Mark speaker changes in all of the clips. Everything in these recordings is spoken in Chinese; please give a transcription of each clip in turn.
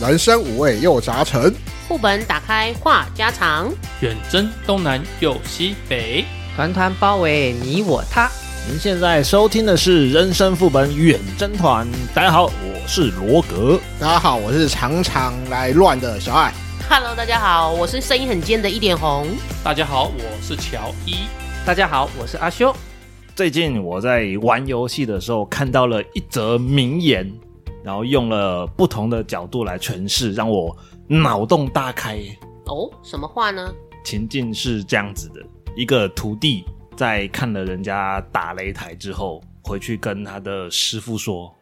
Speaker 1: 人生五味又杂陈。
Speaker 2: 副本打开话家常，
Speaker 3: 远征东南又西北，
Speaker 4: 团团包围你我他。
Speaker 5: 您现在收听的是《人生副本远征团》，大家好，我是罗格。
Speaker 1: 大家好，我是常常来乱的小爱。
Speaker 2: Hello，大家好，我是声音很尖的一点红。
Speaker 3: 大家好，我是乔伊。
Speaker 4: 大家好，我是阿修。
Speaker 5: 最近我在玩游戏的时候看到了一则名言，然后用了不同的角度来诠释，让我脑洞大开。
Speaker 2: 哦，什么话呢？
Speaker 5: 情境是这样子的：一个徒弟在看了人家打擂台之后，回去跟他的师傅说：“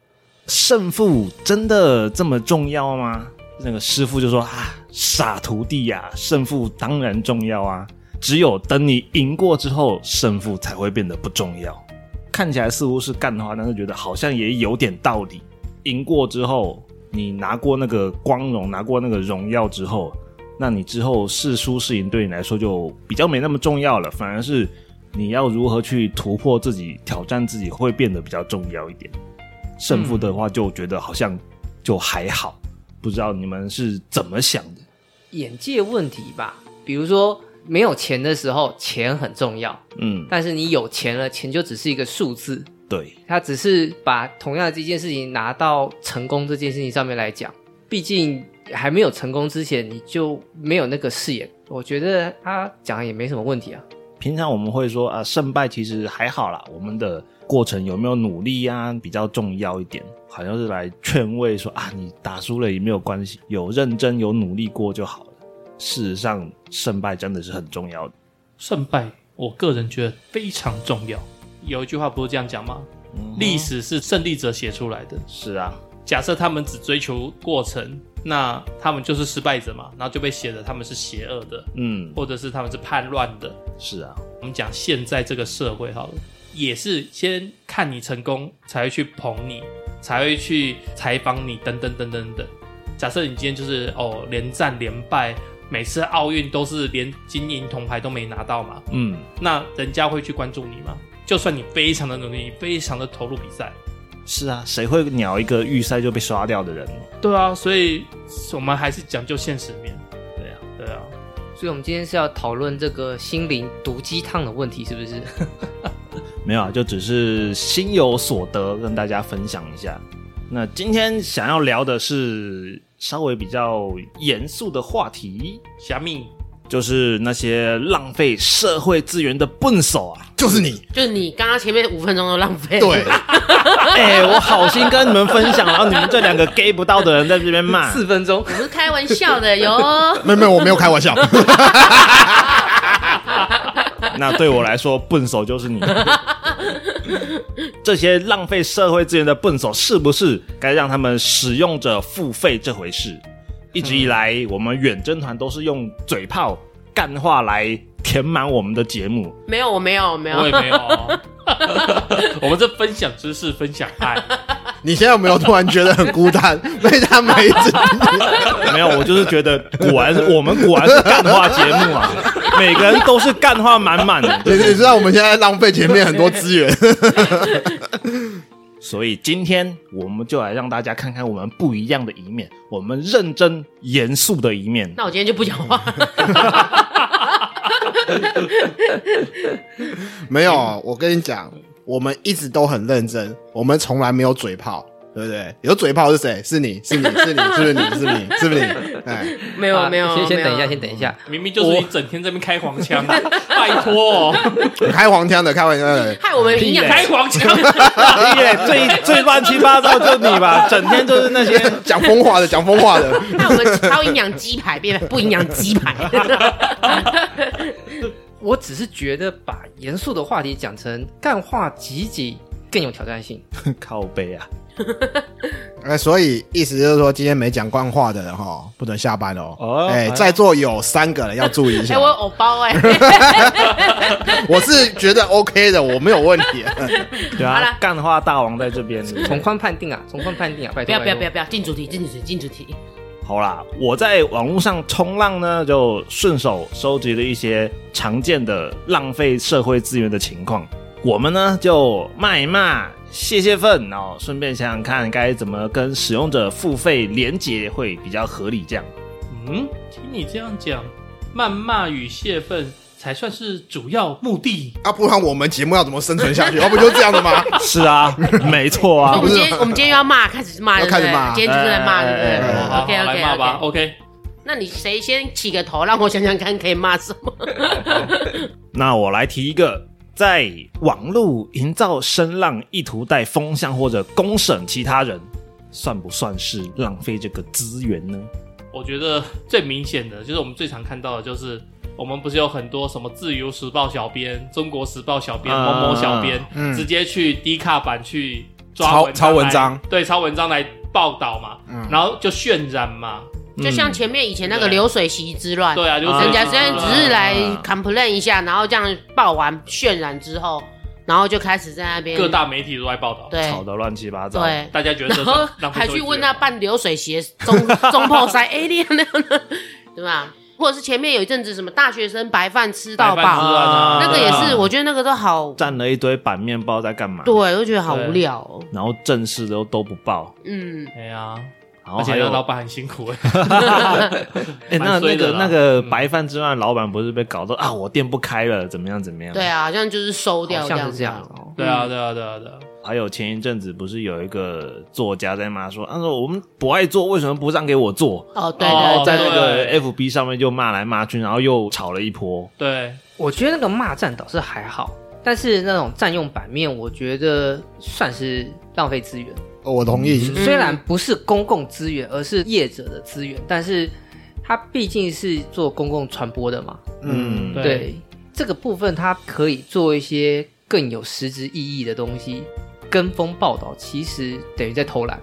Speaker 5: 胜负真的这么重要吗？”那个师傅就说：“啊，傻徒弟呀、胜负当然重要啊，只有等你赢过之后，胜负才会变得不重要。”看起来似乎是干话，但是觉得好像也有点道理。赢过之后，你拿过那个光荣，拿过那个荣耀之后，那你之后是输是赢对你来说就比较没那么重要了，反而是你要如何去突破自己、挑战自己，会变得比较重要一点。胜负的话，就觉得好像就还好，不知道你们是怎么想的？
Speaker 4: 眼界问题吧，比如说没有钱的时候，钱很重要，
Speaker 5: 嗯，
Speaker 4: 但是你有钱了，钱就只是一个数字，
Speaker 5: 对，
Speaker 4: 它只是把同样的这件事情拿到成功这件事情上面来讲。毕竟还没有成功之前，你就没有那个视野。我觉得他讲得也没什么问题啊。
Speaker 5: 平常我们会说啊，胜败其实还好啦，我们的过程有没有努力啊比较重要一点，好像是来劝慰说啊，你打输了也没有关系，有认真有努力过就好了。事实上，胜败真的是很重要的。
Speaker 3: 胜败，我个人觉得非常重要。有一句话不是这样讲吗？历史是胜利者写出来的。
Speaker 5: 是啊，
Speaker 3: 假设他们只追求过程，那他们就是失败者嘛，然后就被写的他们是邪恶的，
Speaker 5: 嗯，
Speaker 3: 或者是他们是叛乱的。
Speaker 5: 是啊，
Speaker 3: 我们讲现在这个社会好了，也是先看你成功，才会去捧你，才会去采访你，等等等等等。假设你今天就是哦连战连败，每次奥运都是连金银铜牌都没拿到嘛，
Speaker 5: 嗯，
Speaker 3: 那人家会去关注你吗？就算你非常的努力，你非常的投入比赛，
Speaker 5: 是啊，谁会鸟一个预赛就被刷掉的人呢？
Speaker 3: 对啊，所以我们还是讲究现实面，
Speaker 5: 对啊，
Speaker 3: 对啊，
Speaker 4: 所以，我们今天是要讨论这个心灵毒鸡汤的问题，是 不是？
Speaker 5: 没有啊，就只是心有所得，跟大家分享一下。那今天想要聊的是稍微比较严肃的话题，
Speaker 3: 虾米
Speaker 5: 就是那些浪费社会资源的笨手啊！
Speaker 1: 就是你，
Speaker 2: 就是你刚刚前面五分钟都浪费了，
Speaker 1: 对，
Speaker 5: 哎、我好心跟你们分享，然后你们这两个 get 不到的人在这边骂。
Speaker 4: 四分钟，
Speaker 2: 我是开玩笑的哟。
Speaker 1: 没有没有，我没有开玩笑。
Speaker 5: 那对我来说，笨手就是你。这些浪费社会资源的笨手，是不是该让他们使用者付费这回事？一直以来，我们远征团都是用嘴炮、干话来填满我们的节目。
Speaker 2: 没有，我没有，我没有
Speaker 3: 我。也没有 哦，我们这分享知识，分享爱。
Speaker 1: 你现在有没有突然觉得很孤单？被他们一直
Speaker 5: 没有，我就是觉得，果然是我们果然是干话节目啊，每个人都是干话满满的。
Speaker 1: 你你知道我们现在浪费前面很多资源，
Speaker 5: 所以今天我们就来让大家看看我们不一样的一面，我们认真严肃的一面。
Speaker 2: 那我今天就不讲话。
Speaker 1: 没有。我跟你讲，我们一直都很认真，我们从来没有嘴炮，对不对？有嘴炮是谁？是你，是你，是你，是不是你？是不是你？是不是你？哎，
Speaker 2: 没有，
Speaker 4: 啊
Speaker 2: 没有，
Speaker 4: 先先
Speaker 2: 没有
Speaker 4: 等一下，先等一下。
Speaker 3: 明明就是你整天在那边开黄腔，啊 拜托、哦，
Speaker 1: 开黄腔的，开玩笑的。
Speaker 2: 害我们营养
Speaker 3: 开黄腔，
Speaker 5: 耶，最最乱七八糟就你吧，整天就是那些。
Speaker 1: 讲疯话的，讲疯话的，
Speaker 2: 害我们超营养鸡排变不营养鸡排。哎
Speaker 4: 我只是觉得把严肃的话题讲成干话集集更有挑战性。
Speaker 5: 靠背啊，
Speaker 1: 哎，所以意思就是说，今天没讲惯话的人哈，不能下班哦。
Speaker 5: 哦
Speaker 1: 哎，在座有三个人要注意一
Speaker 2: 哎，
Speaker 1: 下
Speaker 2: 我。有藕包哎。
Speaker 1: 我是觉得 OK 的，我没有问题。
Speaker 5: 对
Speaker 2: 好
Speaker 5: 啊
Speaker 2: 啦，
Speaker 5: 干话大王在这边。
Speaker 4: 从宽判 定啊，从宽判定啊，拜
Speaker 2: 不
Speaker 4: 托
Speaker 2: 要不要不要不要，进主题，进主题，进主题。
Speaker 5: 好啦，我在网络上冲浪呢，就顺手收集了一些常见的浪费社会资源的情况。我们呢就骂一骂，泄泄愤哦，顺便想想看该怎么跟使用者付费连接会比较合理。这样，
Speaker 3: 嗯，听你这样讲，谩骂与泄愤才算是主要目的。
Speaker 1: 啊，不然我们节目要怎么生存下去？要哦不就这样的吗？
Speaker 5: 是啊， 没错
Speaker 2: 我
Speaker 5: 啊
Speaker 1: 不
Speaker 2: 们
Speaker 1: 是
Speaker 2: 今天我们今天又要骂，开始骂，
Speaker 1: 要
Speaker 2: 对不
Speaker 1: 开始
Speaker 2: 对
Speaker 1: 骂
Speaker 2: 今天就是在骂，对不
Speaker 5: 哎哎哎
Speaker 2: 对
Speaker 5: 哎
Speaker 3: 好好
Speaker 2: ？OK
Speaker 3: 来骂
Speaker 2: OK
Speaker 3: 吧
Speaker 2: OK。
Speaker 3: ，OK。
Speaker 2: 那你谁先起个头，让我想想看可以骂什么？
Speaker 5: 那我来提一个，在网络营造声浪，意图带风向或者公审其他人，算不算是浪费这个资源呢？
Speaker 3: 我觉得最明显的就是我们最常看到的，就是我们不是有很多什么《自由时报》小编、《中国时报》小编、
Speaker 5: 啊
Speaker 3: 某某小编，
Speaker 1: 嗯
Speaker 3: 直接去 D 卡版去
Speaker 6: 抄
Speaker 3: 抓文
Speaker 6: 抄文章
Speaker 3: 来，对，抄文章来报道嘛，
Speaker 2: 嗯
Speaker 3: 然后就渲染嘛，
Speaker 2: 就像前面以前那个流水席之乱，
Speaker 3: 对啊，就是
Speaker 2: 哦人家虽然只是来
Speaker 5: 啊
Speaker 2: complain 一下，然后这样爆完渲染之后，然后就开始在那边
Speaker 3: 各大媒体都在报道，
Speaker 2: 对
Speaker 5: 吵得乱七八糟。
Speaker 2: 对，
Speaker 3: 大家觉得这
Speaker 2: 然后
Speaker 3: 是浪费
Speaker 2: 还
Speaker 3: 社
Speaker 2: 去
Speaker 3: 会资
Speaker 2: 问
Speaker 3: 源
Speaker 2: 他办流水席的中中破塞，哎，你那样的对吧？或者是前面有一阵子什么大学生白饭吃到
Speaker 3: 白饭之
Speaker 2: 饱，
Speaker 3: 乱啊
Speaker 2: 那个也是，
Speaker 5: 啊
Speaker 2: 我觉得那个都好，
Speaker 5: 占了一堆版面，不知道在干嘛。
Speaker 2: 对，我就觉得好无聊哦。
Speaker 5: 然后正事都都不报，
Speaker 2: 嗯，
Speaker 3: 哎呀，
Speaker 5: 然后
Speaker 3: 而
Speaker 5: 还
Speaker 3: 且那
Speaker 5: 有
Speaker 3: 老板很辛 苦哎，
Speaker 5: 哎、
Speaker 3: 蛮衰
Speaker 5: 那那
Speaker 3: 的
Speaker 5: 个
Speaker 3: 啦嗯
Speaker 5: 那个白饭之乱，老板不是被搞到啊，我店不开了，怎么样怎么样？
Speaker 2: 对。啊，好像就是收掉
Speaker 4: 好
Speaker 2: 这样
Speaker 4: 像是
Speaker 2: 子
Speaker 4: 这样
Speaker 2: 啊。
Speaker 4: 哦。
Speaker 3: 对啊，对啊，对啊，对啊，
Speaker 5: 还有前一阵子不是有一个作家在骂说，他啊说我们不爱做，为什么不让给我做？
Speaker 2: 哦，对
Speaker 3: 哦
Speaker 2: 对
Speaker 5: 在
Speaker 2: 对
Speaker 5: 那
Speaker 2: 对，
Speaker 5: 个 FB 上面就骂来骂去，然后又吵了一波。
Speaker 3: 对，
Speaker 4: 我觉得那个骂战倒是还好，但是那种占用版面，我觉得算是浪费资源。
Speaker 1: 哦 我同意。
Speaker 2: 嗯
Speaker 4: 虽然不是公共资源，而是业者的资源，但是它毕竟是做公共传播的嘛。
Speaker 1: 嗯，
Speaker 3: 对
Speaker 4: 对这个部分，它可以做一些更有实质意义的东西。跟风报道其实等于在偷懒，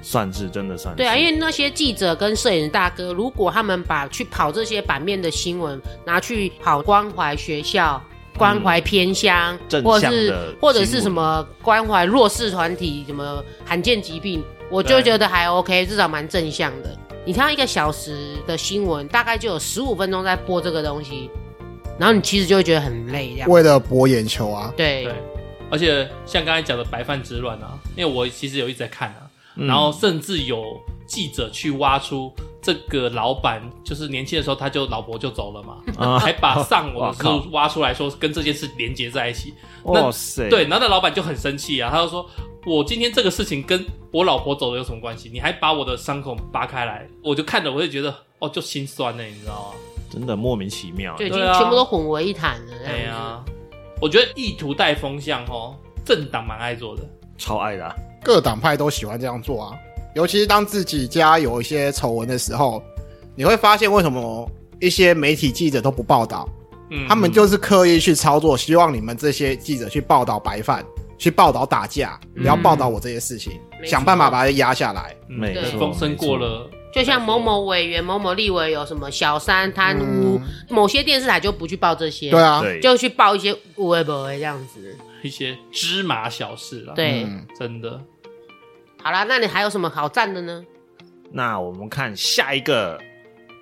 Speaker 5: 算是真的算是。
Speaker 2: 对啊，因为那些记者跟摄影大哥，如果他们把去跑这些版面的新闻拿去跑关怀学校、关怀偏乡，
Speaker 5: 正
Speaker 2: 或者
Speaker 5: 向
Speaker 2: 是
Speaker 5: 的新
Speaker 2: 或者是
Speaker 5: 闻
Speaker 2: 什么关怀弱势团体、什么罕见疾病，我就
Speaker 3: 对
Speaker 2: 觉得还 OK，至少蛮正向的。你看到一个小时的新闻，大概就有十五分钟在播这个东西，然后你其实就会觉得很累，这样
Speaker 1: 为了博眼球啊，
Speaker 2: 对
Speaker 3: 对，而且像刚才讲的白饭之乱啊，因为我其实有一直在看啊，
Speaker 5: 嗯
Speaker 3: 然后甚至有记者去挖出这个老板，就是年轻的时候他就老婆就走了嘛，
Speaker 5: 啊
Speaker 3: 还把上网
Speaker 5: 哇
Speaker 3: 的
Speaker 5: 靠
Speaker 3: 事挖出来说跟这件事连接在一起。那
Speaker 5: 哇塞，
Speaker 3: 对，然后那老板就很生气啊，他就说：“我今天这个事情跟我老婆走的有什么关系？你还把我的伤口扒开来，我就看着我就觉得哦，就心酸呢、你知道吗？
Speaker 5: 真的莫名其妙
Speaker 2: 就。已经
Speaker 3: 对啊
Speaker 2: 全部都混为一谈了。这样
Speaker 3: 哎
Speaker 2: 子
Speaker 3: 呀、
Speaker 5: 啊
Speaker 3: 我觉得意图带风向哦，政党蛮爱做的。”
Speaker 5: 超爱的啊、
Speaker 1: 各党派都喜欢这样做啊。尤其是当自己家有一些丑闻的时候，你会发现为什么一些媒体记者都不报道，
Speaker 3: 嗯，
Speaker 1: 他们就是刻意去操作，希望你们这些记者去报道白饭，去报道打架，不
Speaker 3: 嗯
Speaker 1: 要报道我这些事情，
Speaker 2: 没错
Speaker 1: 想办法把它压下来。
Speaker 5: 没
Speaker 2: 对
Speaker 5: 错，
Speaker 3: 风声过了，
Speaker 2: 就像某某委员、某某立委有什么小三贪污，某些电视台就不去报这些，
Speaker 1: 对，啊
Speaker 5: 没错，，对，
Speaker 2: 就去报一些无为不为这样子。
Speaker 3: 一些芝麻小事啦。，
Speaker 2: 对，
Speaker 1: 嗯
Speaker 3: 真的
Speaker 2: 好啦，那你还有什么好赞的呢？
Speaker 5: 那我们看下一个，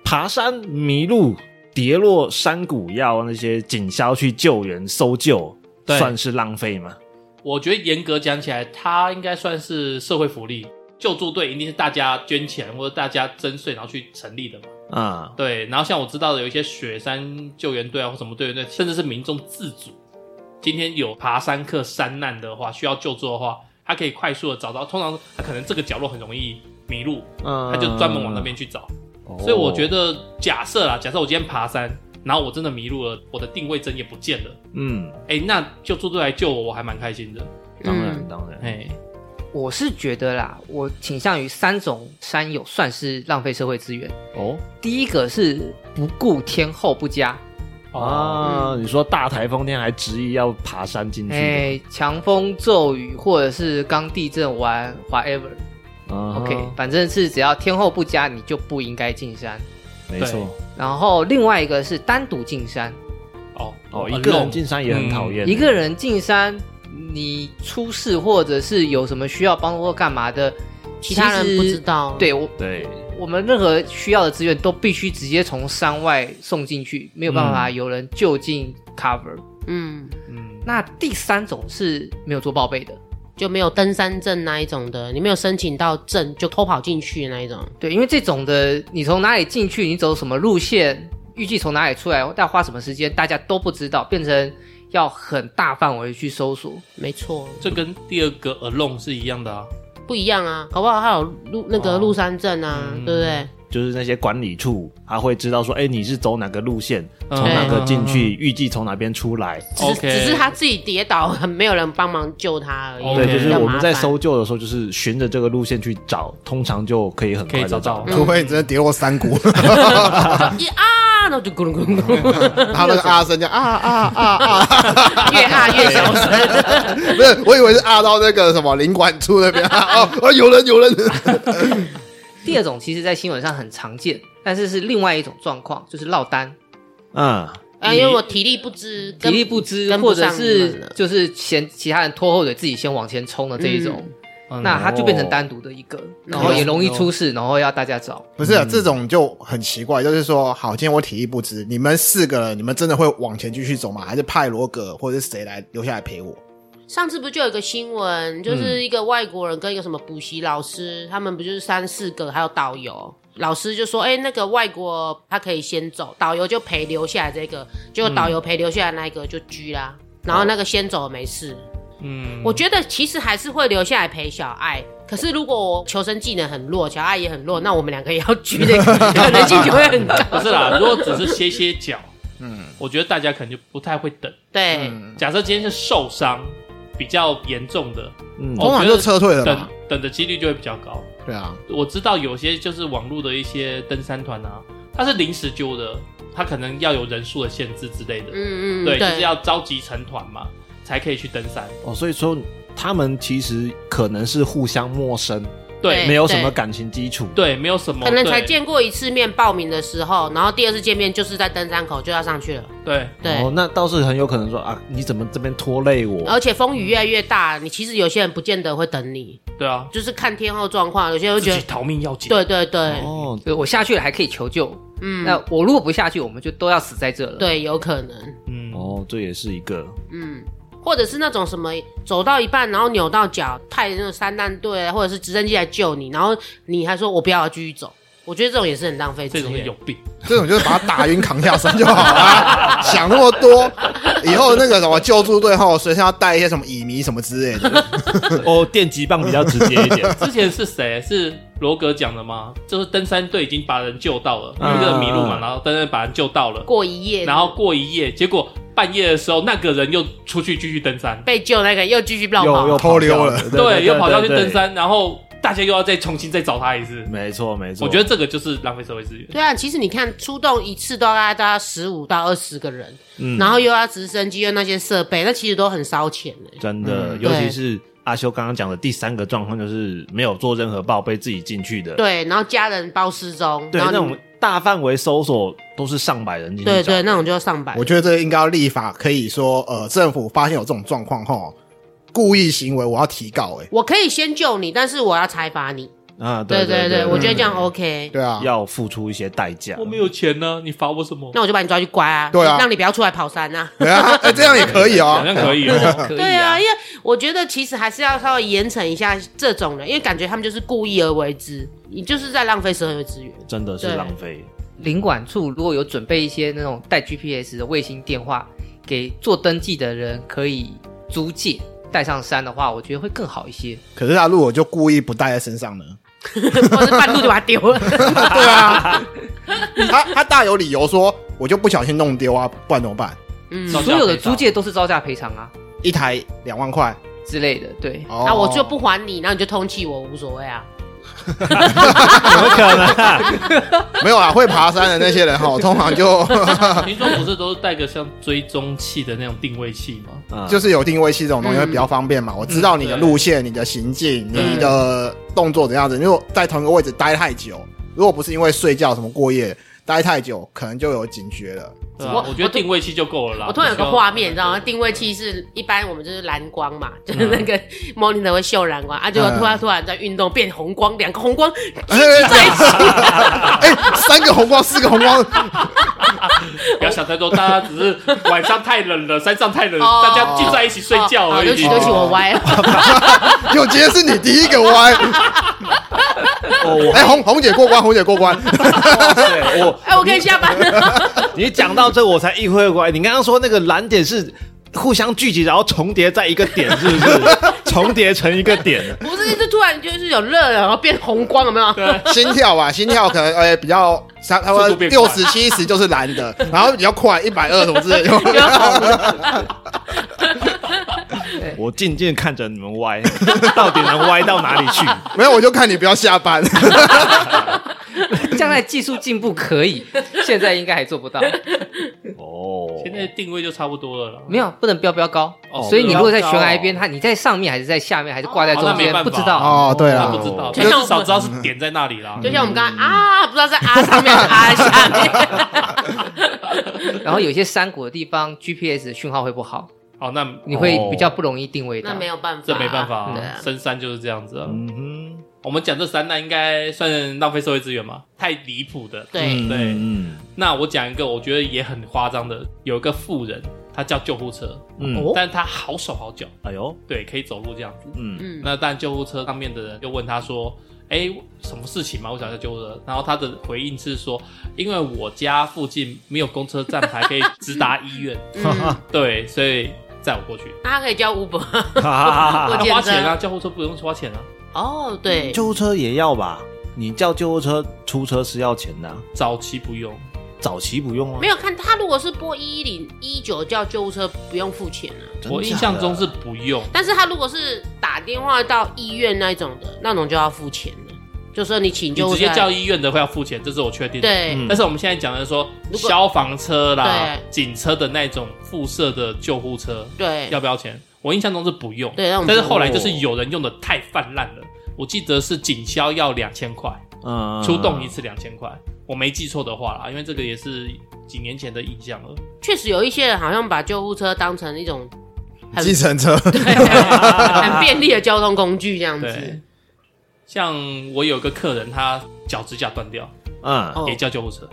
Speaker 5: 爬山迷路、跌落山谷，要那些警消去救援搜救，
Speaker 3: 对
Speaker 5: 算是浪费吗？
Speaker 3: 我觉得严格讲起来，它应该算是社会福利。救助队一定是大家捐钱或者大家征税，然后去成立的嘛。
Speaker 5: 啊、
Speaker 3: 对，然后像我知道的有一些雪山救援队啊，或什么队员队，甚至是民众自主，今天有爬山客山难的话，需要救助的话，他可以快速的找到。通常他可能这个角落很容易迷路，
Speaker 5: 嗯
Speaker 3: 他就专门往那边去找。
Speaker 5: 哦
Speaker 3: 所以我觉，得，假设啦，假设我今天爬山，然后我真的迷路了，我的定位针也不见了，
Speaker 5: 嗯，
Speaker 3: 哎、那救助队来救我，我还蛮开心的。
Speaker 5: 当然
Speaker 2: 嗯
Speaker 5: 当然，
Speaker 3: 哎、
Speaker 4: 我是觉得啦，我倾向于三种山友算是浪费社会资源。
Speaker 5: 哦
Speaker 3: 哎
Speaker 4: 第一个是不顾天候不佳，
Speaker 3: 哦
Speaker 5: 啊，你说大台风天还执意要爬山进去的，
Speaker 4: 哎，强风骤雨或者是刚地震完，whatever，OK，、
Speaker 5: 啊
Speaker 4: OK，反正是只要天候不佳，你就不应该进山。
Speaker 5: 没错，
Speaker 4: 然后另外一个是单独进山，
Speaker 3: 哦嗯
Speaker 5: 哦，一个人进山也很讨厌，
Speaker 4: 一个人进山，你出事或者是有什么需要帮助或干嘛的，
Speaker 2: 其他人不
Speaker 4: 其
Speaker 2: 知
Speaker 4: 实。
Speaker 2: 道，，
Speaker 4: 对我，
Speaker 5: 对，
Speaker 4: 我们任何需要的资源都必须直接从山外送进去，没有办法有人就近 cover。
Speaker 2: 嗯，
Speaker 3: 嗯，
Speaker 4: 那第三种是没有做报备的，
Speaker 2: 就没有登山证那一种的，你没有申请到证就偷跑进去那一种。
Speaker 4: 对，因为这种的，你从哪里进去，你走什么路线，预计从哪里出来，要花什么时间，大家都不知道，变成要很大范围去搜索。
Speaker 2: 没错，
Speaker 3: 这跟第二个 alone 是一样的啊。
Speaker 2: 不一样啊，搞不好还有路那个
Speaker 3: 哦
Speaker 2: 路山证啊，对不对？
Speaker 5: 就是那些管理处，他会知道说，哎、你是走哪个路线，
Speaker 3: 嗯
Speaker 5: 从哪个进
Speaker 3: 嗯嗯
Speaker 5: 去，预计从哪边出来。
Speaker 2: 只是
Speaker 3: OK
Speaker 2: 只是他自己跌倒， 没有人帮忙救他而已。
Speaker 3: OK
Speaker 5: 对，就是
Speaker 2: 比较
Speaker 5: 我
Speaker 2: 麻
Speaker 5: 们在
Speaker 2: 烦
Speaker 5: 搜救的时候，就是循着这个路线去找，通常就可以很
Speaker 3: 可以
Speaker 5: 快
Speaker 3: 找
Speaker 5: 的
Speaker 3: 到
Speaker 5: 到。
Speaker 2: 嗯
Speaker 1: 除非你真的跌落山 谷，
Speaker 2: 一啊，然后就咕噜咕噜咕噜，
Speaker 1: 然后那个啊声就啊啊啊啊，
Speaker 2: 越啊越小声。
Speaker 1: 不是，我以为是啊到那个什么领馆处那边啊，哦哦，有人有 人，
Speaker 4: 第二种其实在新闻上很常见，但是是另外一种状况，就是落单、
Speaker 5: 嗯，
Speaker 2: 啊，因为我体力不支，
Speaker 4: 体
Speaker 2: 跟
Speaker 4: 力不支，
Speaker 2: 跟
Speaker 4: 或
Speaker 2: 不
Speaker 4: 者
Speaker 2: 上你们
Speaker 4: 是
Speaker 2: 了
Speaker 4: 就是嫌其他人拖后腿，自己先往前冲的这一种，
Speaker 2: 嗯
Speaker 4: 那他就变成单独的一
Speaker 2: 哦
Speaker 4: 个，然后也容易出事，然后要大 家找。
Speaker 1: 不是、啊、这种就很奇怪，就是说，好，今天我体力不支，你们四个人，你们真的会往前继续走吗？还是派罗格或者是谁来留下来陪我？
Speaker 2: 上次不就有一个新
Speaker 4: 嗯
Speaker 2: 闻，就是一个外国人跟一个什么补习老师，他们不就是三四个，还有导游。老师就说：“哎、那个外国他可以先走，导游就陪留下来这个。结果导游陪留下来那一个就拘啦，
Speaker 4: 嗯
Speaker 2: 然后那个先走了没事。
Speaker 3: 嗯，
Speaker 2: 我觉得其实还是会留下来陪小爱。可是如果我求生技能很弱，小爱也很弱，那我们两个也要拘 的可能性就会很高。
Speaker 3: 不是啦，如果只是歇歇脚，嗯，我觉得大家可能就不太会等。
Speaker 2: 对，
Speaker 3: 假设今天是受伤比较严重的，
Speaker 5: 嗯
Speaker 3: 哦
Speaker 1: 通常就撤退了
Speaker 3: 等
Speaker 1: 嘛。
Speaker 3: 等的几率就会比较高。
Speaker 1: 对啊，
Speaker 3: 我知道有些就是网络的一些登山团啊，它是临时揪的，它可能要有人数的限制之类的，
Speaker 2: 嗯嗯，
Speaker 3: 对，
Speaker 2: 对，
Speaker 3: 就是要召集成团嘛，才可以去登山。
Speaker 5: 哦，所以说他们其实可能是互相陌生，
Speaker 3: 对
Speaker 5: 没有什么
Speaker 2: 对
Speaker 5: 感情基础。哦
Speaker 3: 哦对，没有什么
Speaker 2: 可能才
Speaker 3: 对
Speaker 2: 见过一次面，报名的时候，然后第二次见面就是在登山口就要上去了。
Speaker 3: 对，哦
Speaker 2: 对，
Speaker 5: 哦，那倒是很有可能说啊，你怎么这边拖累我？
Speaker 2: 而且风雨越来越大，你其实有些人不见得会等你，
Speaker 3: 对啊，
Speaker 2: 就是看天候状况。有些人会觉
Speaker 3: 自
Speaker 2: 得
Speaker 3: 己，逃命要紧。
Speaker 2: 对对对，
Speaker 5: 哦，
Speaker 4: 对我下去了还可以求救，
Speaker 2: 嗯，
Speaker 4: 那我如果不下去，我们就都要死在这了。
Speaker 2: 对，有可能，
Speaker 3: 嗯，
Speaker 5: 哦，这也是一个
Speaker 2: 嗯，或者是那种什么走到一半然后扭到脚，派那种三难队或者是直升机来救你，然后你还说我不要继续走，我觉得这种也是很浪费资
Speaker 3: 这种是
Speaker 2: 源
Speaker 3: 有。病。。
Speaker 1: 这种就是把他打晕扛下山就好了， 想那么多。以后那个什么救助队后，随身要带一些什么乙醚什么之 类的。
Speaker 5: 哦，电击棒比较直接一点
Speaker 3: 之前是谁？是罗格讲的吗？就是登山队已经把人救到了，
Speaker 5: 嗯
Speaker 3: 有一个人迷路嘛，
Speaker 5: 嗯
Speaker 3: 然后登山把人救到了，
Speaker 2: 过一夜，
Speaker 3: 然后过一夜，结果半夜的时候，那个人又出去继续登山，
Speaker 2: 被救那个又继续绕
Speaker 5: 又又
Speaker 2: 跑，
Speaker 1: 偷溜了
Speaker 5: 跑掉
Speaker 3: 对，又跑下去登。山，然后大家又要再重新再找他一次
Speaker 5: 对。没错没错，
Speaker 3: 我觉得这个就是浪费社会资源。
Speaker 2: 对啊，其实你看出动一次都要大概十五到二十个人，
Speaker 5: 嗯
Speaker 2: 然后又要直升机又那些设备，那其实都很烧钱呢。
Speaker 5: 真的，
Speaker 2: 嗯
Speaker 5: 尤
Speaker 2: 对
Speaker 5: 其是阿修刚刚讲的第三个状况，就是没有做任何报备自己进去的。
Speaker 2: 对，然后家人包失踪，
Speaker 5: 对，
Speaker 2: 然后
Speaker 5: 那
Speaker 2: 你
Speaker 5: 种大范围搜索都是上百人进去
Speaker 2: 对
Speaker 5: 找
Speaker 2: 对，那种就要上百。
Speaker 1: 我觉得这应该要立法，可以说呃，政府发现有这种状况后，故意行为我要提告、欸。
Speaker 2: 我可以先救你，但是我要裁罚你。
Speaker 5: 啊，
Speaker 2: 对
Speaker 5: 对
Speaker 2: 对，我觉得
Speaker 5: 嗯
Speaker 2: 这样 OK。
Speaker 1: 对啊，
Speaker 5: 要付出一些代价。
Speaker 3: 我没有钱呢、你罚我什么？
Speaker 2: 那我就把你抓去关啊，
Speaker 1: 对啊
Speaker 2: 让你不要出来跑山啊。
Speaker 1: 对 啊，哎、这样也可以
Speaker 3: 好
Speaker 1: 哦、
Speaker 3: 像可以哦。
Speaker 4: 可以
Speaker 2: 对
Speaker 4: 啊
Speaker 2: 啊，因，为我觉得其实还是要稍微严惩一下这种人，因为感觉他们就是故意而为之，你就是在浪费社会资源。
Speaker 5: 真的是
Speaker 2: 对
Speaker 5: 浪费。
Speaker 4: 领管处如果有准备一些那种带 GPS 的卫星电话，给做登记的人可以租借带上山的话，我觉得会更好一些。
Speaker 1: 可是他如果就故意不带在身上呢？
Speaker 2: 或者是半路就把它丢了。
Speaker 1: 对啊，他他大有理由说，我就不小心弄丢啊，不然怎么办？
Speaker 2: 嗯，
Speaker 3: 造
Speaker 4: 所有的
Speaker 3: 价赔偿
Speaker 4: 租借都是招架赔偿啊
Speaker 1: 一台两万块，
Speaker 4: 之类的，对。
Speaker 1: 哦，
Speaker 2: 啊，我就不还你，然后你就通气我，无所谓啊。
Speaker 5: 怎么可 能、啊？
Speaker 1: 没有啊，会爬山的那些人哈，通常就
Speaker 3: 听说不是都带个像追踪器的那种定位器吗？
Speaker 5: 啊
Speaker 1: 就是有定位器这种东西会比较方便嘛。我知道你的路线、你的行进、你的动作怎样子。如果在同一个 位置待太久，如果不是因为睡觉什么过夜待太久，可能就有警觉了。
Speaker 3: 对啊
Speaker 2: 我
Speaker 3: 我觉得定位器就够了啦。
Speaker 2: 我突然有
Speaker 3: 不
Speaker 2: 个
Speaker 3: 需要
Speaker 2: 画面，你知道吗？定位器是一般我们就是蓝光 嘛，就是那个 monitor 会秀蓝光啊，结
Speaker 3: 嗯
Speaker 2: 果突然突然在运动变红光，两个红光聚集在一起，
Speaker 1: 哎，三个红光，四个红光，
Speaker 3: 不要想太多，大家只是晚上太冷了，山上太冷，
Speaker 2: 哦
Speaker 3: 大家聚在一起睡觉
Speaker 2: 哦哦
Speaker 3: 而
Speaker 2: 对不
Speaker 3: 已
Speaker 2: 起，。对不起，我歪了。
Speaker 1: 有杰是你第一个歪。
Speaker 5: 哦
Speaker 1: 哎，红红姐过关，红姐过关。
Speaker 5: 对我
Speaker 2: 哎，我可以下班了。
Speaker 5: 你讲到这，我才意会过来。你刚刚说那个蓝点是互相聚集，然后重叠在一个点，是不是？ 重叠成一个点。
Speaker 2: 不是，就突然就是有热了，然后变红光，有没有？
Speaker 3: 啊
Speaker 1: 心跳吧，心跳可能呃比较差不多
Speaker 3: 速度变
Speaker 1: 六
Speaker 3: 快
Speaker 1: 十七十就是蓝 的，然后比较快一百二什么之类的。
Speaker 2: 有红的
Speaker 5: 我静静看着你们歪，到底能歪到哪里去？
Speaker 1: 没有，我就看你不要下班。
Speaker 4: 将来技术进步可以，现在应该还做不 到。
Speaker 5: 哦，
Speaker 3: 现在定位就差不多了啦。
Speaker 4: 没有，不能标标高，
Speaker 3: 哦
Speaker 4: 所以你如果在悬崖边，
Speaker 3: 标
Speaker 4: 它你在上面还是在下面，还是挂在
Speaker 3: 哦
Speaker 4: 中
Speaker 3: 那没
Speaker 4: 间，
Speaker 3: 办
Speaker 4: 不
Speaker 3: 法
Speaker 4: 知道。
Speaker 1: 哦，对
Speaker 3: 他
Speaker 1: 了，
Speaker 3: 不知道，
Speaker 2: 就像
Speaker 3: 就
Speaker 2: 我
Speaker 3: 至少知道是点在那里啦。
Speaker 2: 就像我们刚刚啊，不知道在啊 上面啊下面，
Speaker 4: 然后有些山谷的地方 GPS 讯号会不好，
Speaker 3: 好，那
Speaker 4: 你会
Speaker 5: 哦
Speaker 4: 比较不容易定位到。
Speaker 2: 那没有办法，
Speaker 3: 这没办法
Speaker 2: 对
Speaker 3: 啊
Speaker 2: 啊，
Speaker 3: 深山就是这样子啊。
Speaker 5: 嗯哼，
Speaker 3: 我们讲这三难应该算浪费社会资源嘛，太离谱的。
Speaker 2: 对，
Speaker 3: 对
Speaker 5: 嗯
Speaker 3: 那我讲一个我觉得也很夸张的，有一个富人，他叫救护车，
Speaker 5: 嗯，
Speaker 4: 哦
Speaker 3: 但他好手好脚，
Speaker 5: 哎呦，
Speaker 3: 对，可以走路这样子。
Speaker 5: 嗯
Speaker 2: 嗯，
Speaker 3: 那但救护车上面的人就问他说：“哎，什么事情嘛？我想要救护车。”然后他的回应是说：“因为我家附近没有公车站牌可以直达医院，
Speaker 2: 嗯
Speaker 3: 对，所以载我过去。”
Speaker 2: 那他可以叫 Uber
Speaker 5: 哈哈哈
Speaker 2: 我
Speaker 5: 哈
Speaker 3: 他
Speaker 2: 简
Speaker 3: 花
Speaker 2: 直
Speaker 3: 钱啊，救护车不用花钱啊。
Speaker 2: 哦，对，
Speaker 5: 救护车也要吧？你叫救护车出车是要钱的啊，
Speaker 3: 早期不用，
Speaker 5: 早期不用啊
Speaker 2: 没。有看他如果是拨一零一九叫救护车不用付钱啊，
Speaker 5: 真
Speaker 3: 我印
Speaker 5: 假
Speaker 3: 象
Speaker 5: 的
Speaker 3: 中是不用。
Speaker 2: 但是他如果是打电话到医院那一种的，那种就要付钱了，就说你请
Speaker 3: 你
Speaker 2: 救护
Speaker 3: 直
Speaker 2: 车
Speaker 3: 接
Speaker 2: 来，
Speaker 3: 叫医院的会要付钱，这是我确定的。
Speaker 2: 对，
Speaker 5: 嗯
Speaker 3: 但是我们现在讲的是说
Speaker 2: 如果
Speaker 3: 消防车啦、
Speaker 2: 对
Speaker 3: 警车的那种附设的救护车
Speaker 2: 对
Speaker 3: 要不要钱？我印象中是不用，
Speaker 2: 对，那我们
Speaker 3: 但是后来就是有人用的太泛滥了。我记得是警消要两千块，
Speaker 5: 嗯
Speaker 3: 出动一次两千块，我没记错的话啦，因为这个也是几年前的印象了。
Speaker 2: 确实有一些人好像把救护车当成一种很
Speaker 1: 计程车，
Speaker 2: 很便利的交通工具这样
Speaker 3: 对
Speaker 2: 子，，
Speaker 3: 像我有个客人，他脚指甲断掉，
Speaker 5: 嗯
Speaker 2: 哦
Speaker 3: 也叫救护车。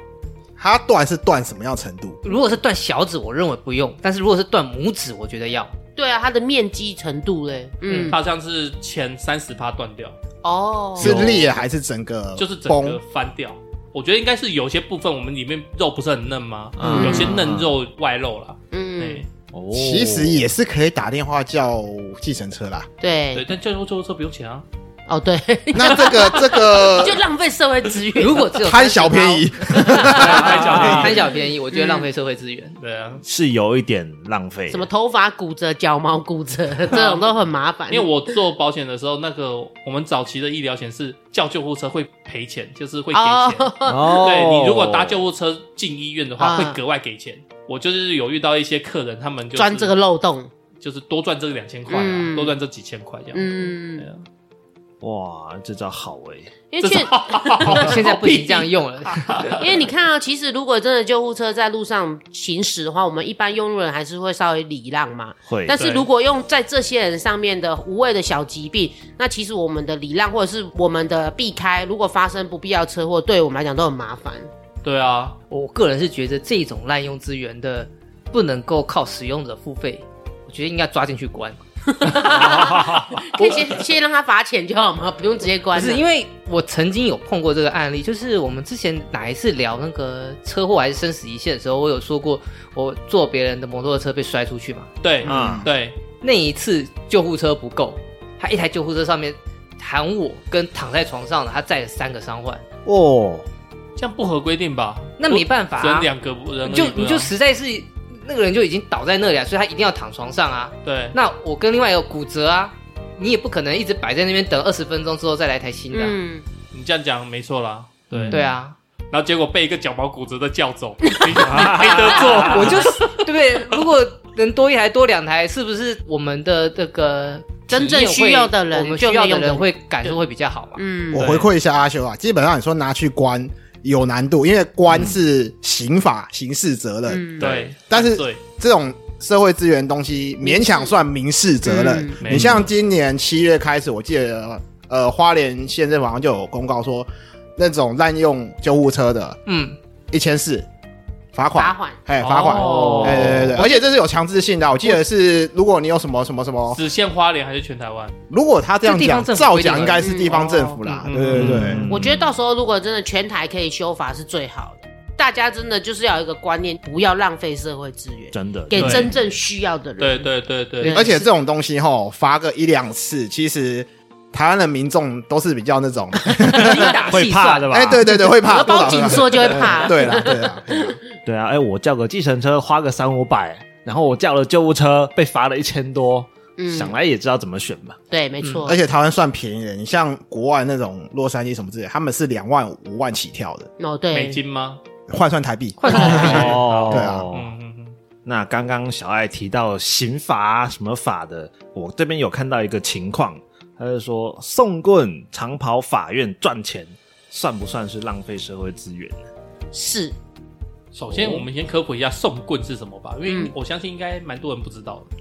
Speaker 1: 它断是断什么样程度？
Speaker 4: 如果是断小指，我认为不用；但是如果是断拇指，我觉得要。
Speaker 2: 对啊，它的面积程度嘞，嗯
Speaker 3: 他，好像是前三十趴断掉，
Speaker 2: 哦，
Speaker 1: 是裂还是整个
Speaker 3: 就是整个
Speaker 1: 崩？
Speaker 3: 翻掉。我觉得应该是有些部分我们里面肉不是很嫩吗？
Speaker 5: 嗯
Speaker 3: 有些嫩肉外露啦。
Speaker 2: 嗯
Speaker 3: 对，
Speaker 5: 哦
Speaker 1: 其实也是可以打电话叫计程车啦。
Speaker 3: 对，
Speaker 2: 对，
Speaker 3: 但救护救护车不用钱啊。
Speaker 2: 哦对，
Speaker 1: 那这个这
Speaker 2: 就
Speaker 1: 个
Speaker 2: 浪费社会资源。
Speaker 4: 如果只有
Speaker 1: 贪小便宜，
Speaker 3: 太小便宜
Speaker 4: 贪小便宜，我觉得浪费社会资源。
Speaker 3: 对啊，
Speaker 5: 是有一点浪费。
Speaker 2: 什么头发骨折、脚毛骨折这种都很麻烦，
Speaker 3: 因为我做保险的时候，那个我们早期的医疗险是叫救护车会赔钱，就是会给钱。
Speaker 2: 哦，
Speaker 5: 哦
Speaker 3: 对你如果搭救护车进医院的话，
Speaker 2: 啊
Speaker 4: 嗯
Speaker 3: 会格外给钱。我就是有遇到一些客人，他们就是
Speaker 2: 钻这个漏洞，
Speaker 3: 就是多赚这个两千块啊，
Speaker 2: 嗯
Speaker 3: 多赚这几千块这样。对
Speaker 2: 嗯，
Speaker 3: 啊，
Speaker 5: 哇，这招好哎、
Speaker 2: 因为确，
Speaker 3: 嗯
Speaker 4: 嗯现在不行这样用了，
Speaker 2: 因为你看啊，其实如果真的救护车在路上行驶的话，我们一般用路人还是会稍微礼让嘛。
Speaker 5: 会，
Speaker 2: 但是
Speaker 3: 对
Speaker 2: 如果用在这些人上面的无谓的小疾病，那其实我们的礼让或者是我们的避开，如果发生不必要车祸，对我们来讲都很麻烦。
Speaker 3: 对啊，
Speaker 4: 我个人是觉得这种滥用资源的，不能够靠使用者付费，我觉得应该抓进去关。
Speaker 2: 可以先先让他罚钱就好嘛，不用直接关
Speaker 4: 不
Speaker 2: 了。
Speaker 4: 是因为我曾经有碰过这个案例，就是我们之前哪一次聊那个车祸还是生死一线的时候，我有说过我坐别人的摩托车被摔出去嘛。
Speaker 3: 对
Speaker 5: 嗯
Speaker 3: 对，
Speaker 4: 那一次救护车不够，他一台救护车上面喊我跟躺在床上的他载了三个伤患，
Speaker 5: 哦，
Speaker 3: 这样不合规定吧？
Speaker 4: 那没办法、
Speaker 3: 只能
Speaker 4: 啊，
Speaker 3: 哦两个人而已，
Speaker 4: 你就
Speaker 3: 不
Speaker 4: 你
Speaker 3: 是
Speaker 4: 就
Speaker 3: 吗
Speaker 4: 实在是那个人就已经倒在那里啊了，所以他一定要躺床上啊。
Speaker 3: 对
Speaker 4: 那我跟另外一个骨折啊，你也不可能一直摆在那边等二十分钟之后再来台新的啊、
Speaker 2: 嗯，
Speaker 3: 你这样讲没错啦。对
Speaker 4: 对啊，
Speaker 3: 然后结果被一个脚毛骨折的叫走， 没没得做。
Speaker 4: 我就是对不对？如果能多一台多两台，是不是我们的这个
Speaker 2: 真正
Speaker 4: 体验会
Speaker 2: 需要的人
Speaker 4: 我们需
Speaker 2: 就可以
Speaker 4: 要的
Speaker 2: 用
Speaker 4: 人
Speaker 2: 的
Speaker 4: 会感受会比较好嘛？
Speaker 2: 嗯
Speaker 1: 我回馈一下阿修啊，基本上你说拿去关，有难度，因为官是刑法、刑事责任，
Speaker 2: 嗯，
Speaker 3: 对，
Speaker 1: 但是
Speaker 3: 对，
Speaker 1: 这种社会资源东西勉强算民事责任。
Speaker 3: 嗯
Speaker 1: 你像今年七月开始，我记得呃，花莲县政府好像就有公告说，那种滥用救护车的，
Speaker 4: 嗯，
Speaker 1: 一千四罚款，
Speaker 2: 罚款，
Speaker 1: 哎，罚款。
Speaker 3: 哦
Speaker 1: 对对对对，而且这是有强制性的。我记得是，如果你有什么什么什么，
Speaker 3: 只限花莲还是全台湾？
Speaker 1: 如果他这样
Speaker 4: 是地
Speaker 1: 讲，
Speaker 4: 方政府
Speaker 1: 照
Speaker 4: 规定
Speaker 1: 讲应该是
Speaker 2: 的
Speaker 1: 地方政府啦。
Speaker 3: 嗯
Speaker 1: 对对对，
Speaker 5: 嗯
Speaker 2: 我觉得到时候如果真的全台可以修法是最好的，大家真的就是要有一个观念，不要浪费社会资源，
Speaker 5: 真的
Speaker 2: 给
Speaker 3: 对
Speaker 2: 真正需要的人。
Speaker 3: 对对对对
Speaker 2: 对
Speaker 1: 而且这种东西吼，罚个一两次，其实台湾的民众都是比较那种，
Speaker 4: 精打
Speaker 5: 会
Speaker 4: 细
Speaker 5: 怕
Speaker 4: 算
Speaker 5: 的吧？
Speaker 1: 哎，对对对，会怕，
Speaker 2: 荷
Speaker 1: 多少
Speaker 2: 包
Speaker 1: 会
Speaker 2: 紧
Speaker 1: 怕
Speaker 2: 缩就会怕。
Speaker 1: 对啦对啦，对啦
Speaker 5: 对啊，哎，我叫个计程车花个三五百，然后我叫了救护车被罚了一千多，想
Speaker 2: 嗯，
Speaker 5: 来也知道怎么选吧。
Speaker 2: 对，没错
Speaker 1: 而。
Speaker 3: 嗯
Speaker 1: 且台湾算便宜的，你像国外那种洛杉矶什么之类，他们是两万五万起跳的，
Speaker 2: 哦，
Speaker 3: 美
Speaker 2: 对，
Speaker 3: 金吗？
Speaker 1: 换算台币。
Speaker 4: 换算台币
Speaker 5: 哦
Speaker 1: 对啊
Speaker 3: 嗯嗯嗯，
Speaker 5: 那刚刚小爱提到刑罚、啊、什么法的，我这边有看到一个情况，他就说送棍长跑法院赚钱，算不算是浪费社会资源？
Speaker 2: 是
Speaker 3: 首先我们先科普一下送棍是什么吧，因为
Speaker 2: 嗯
Speaker 3: 我相信应该蛮多人不知道的。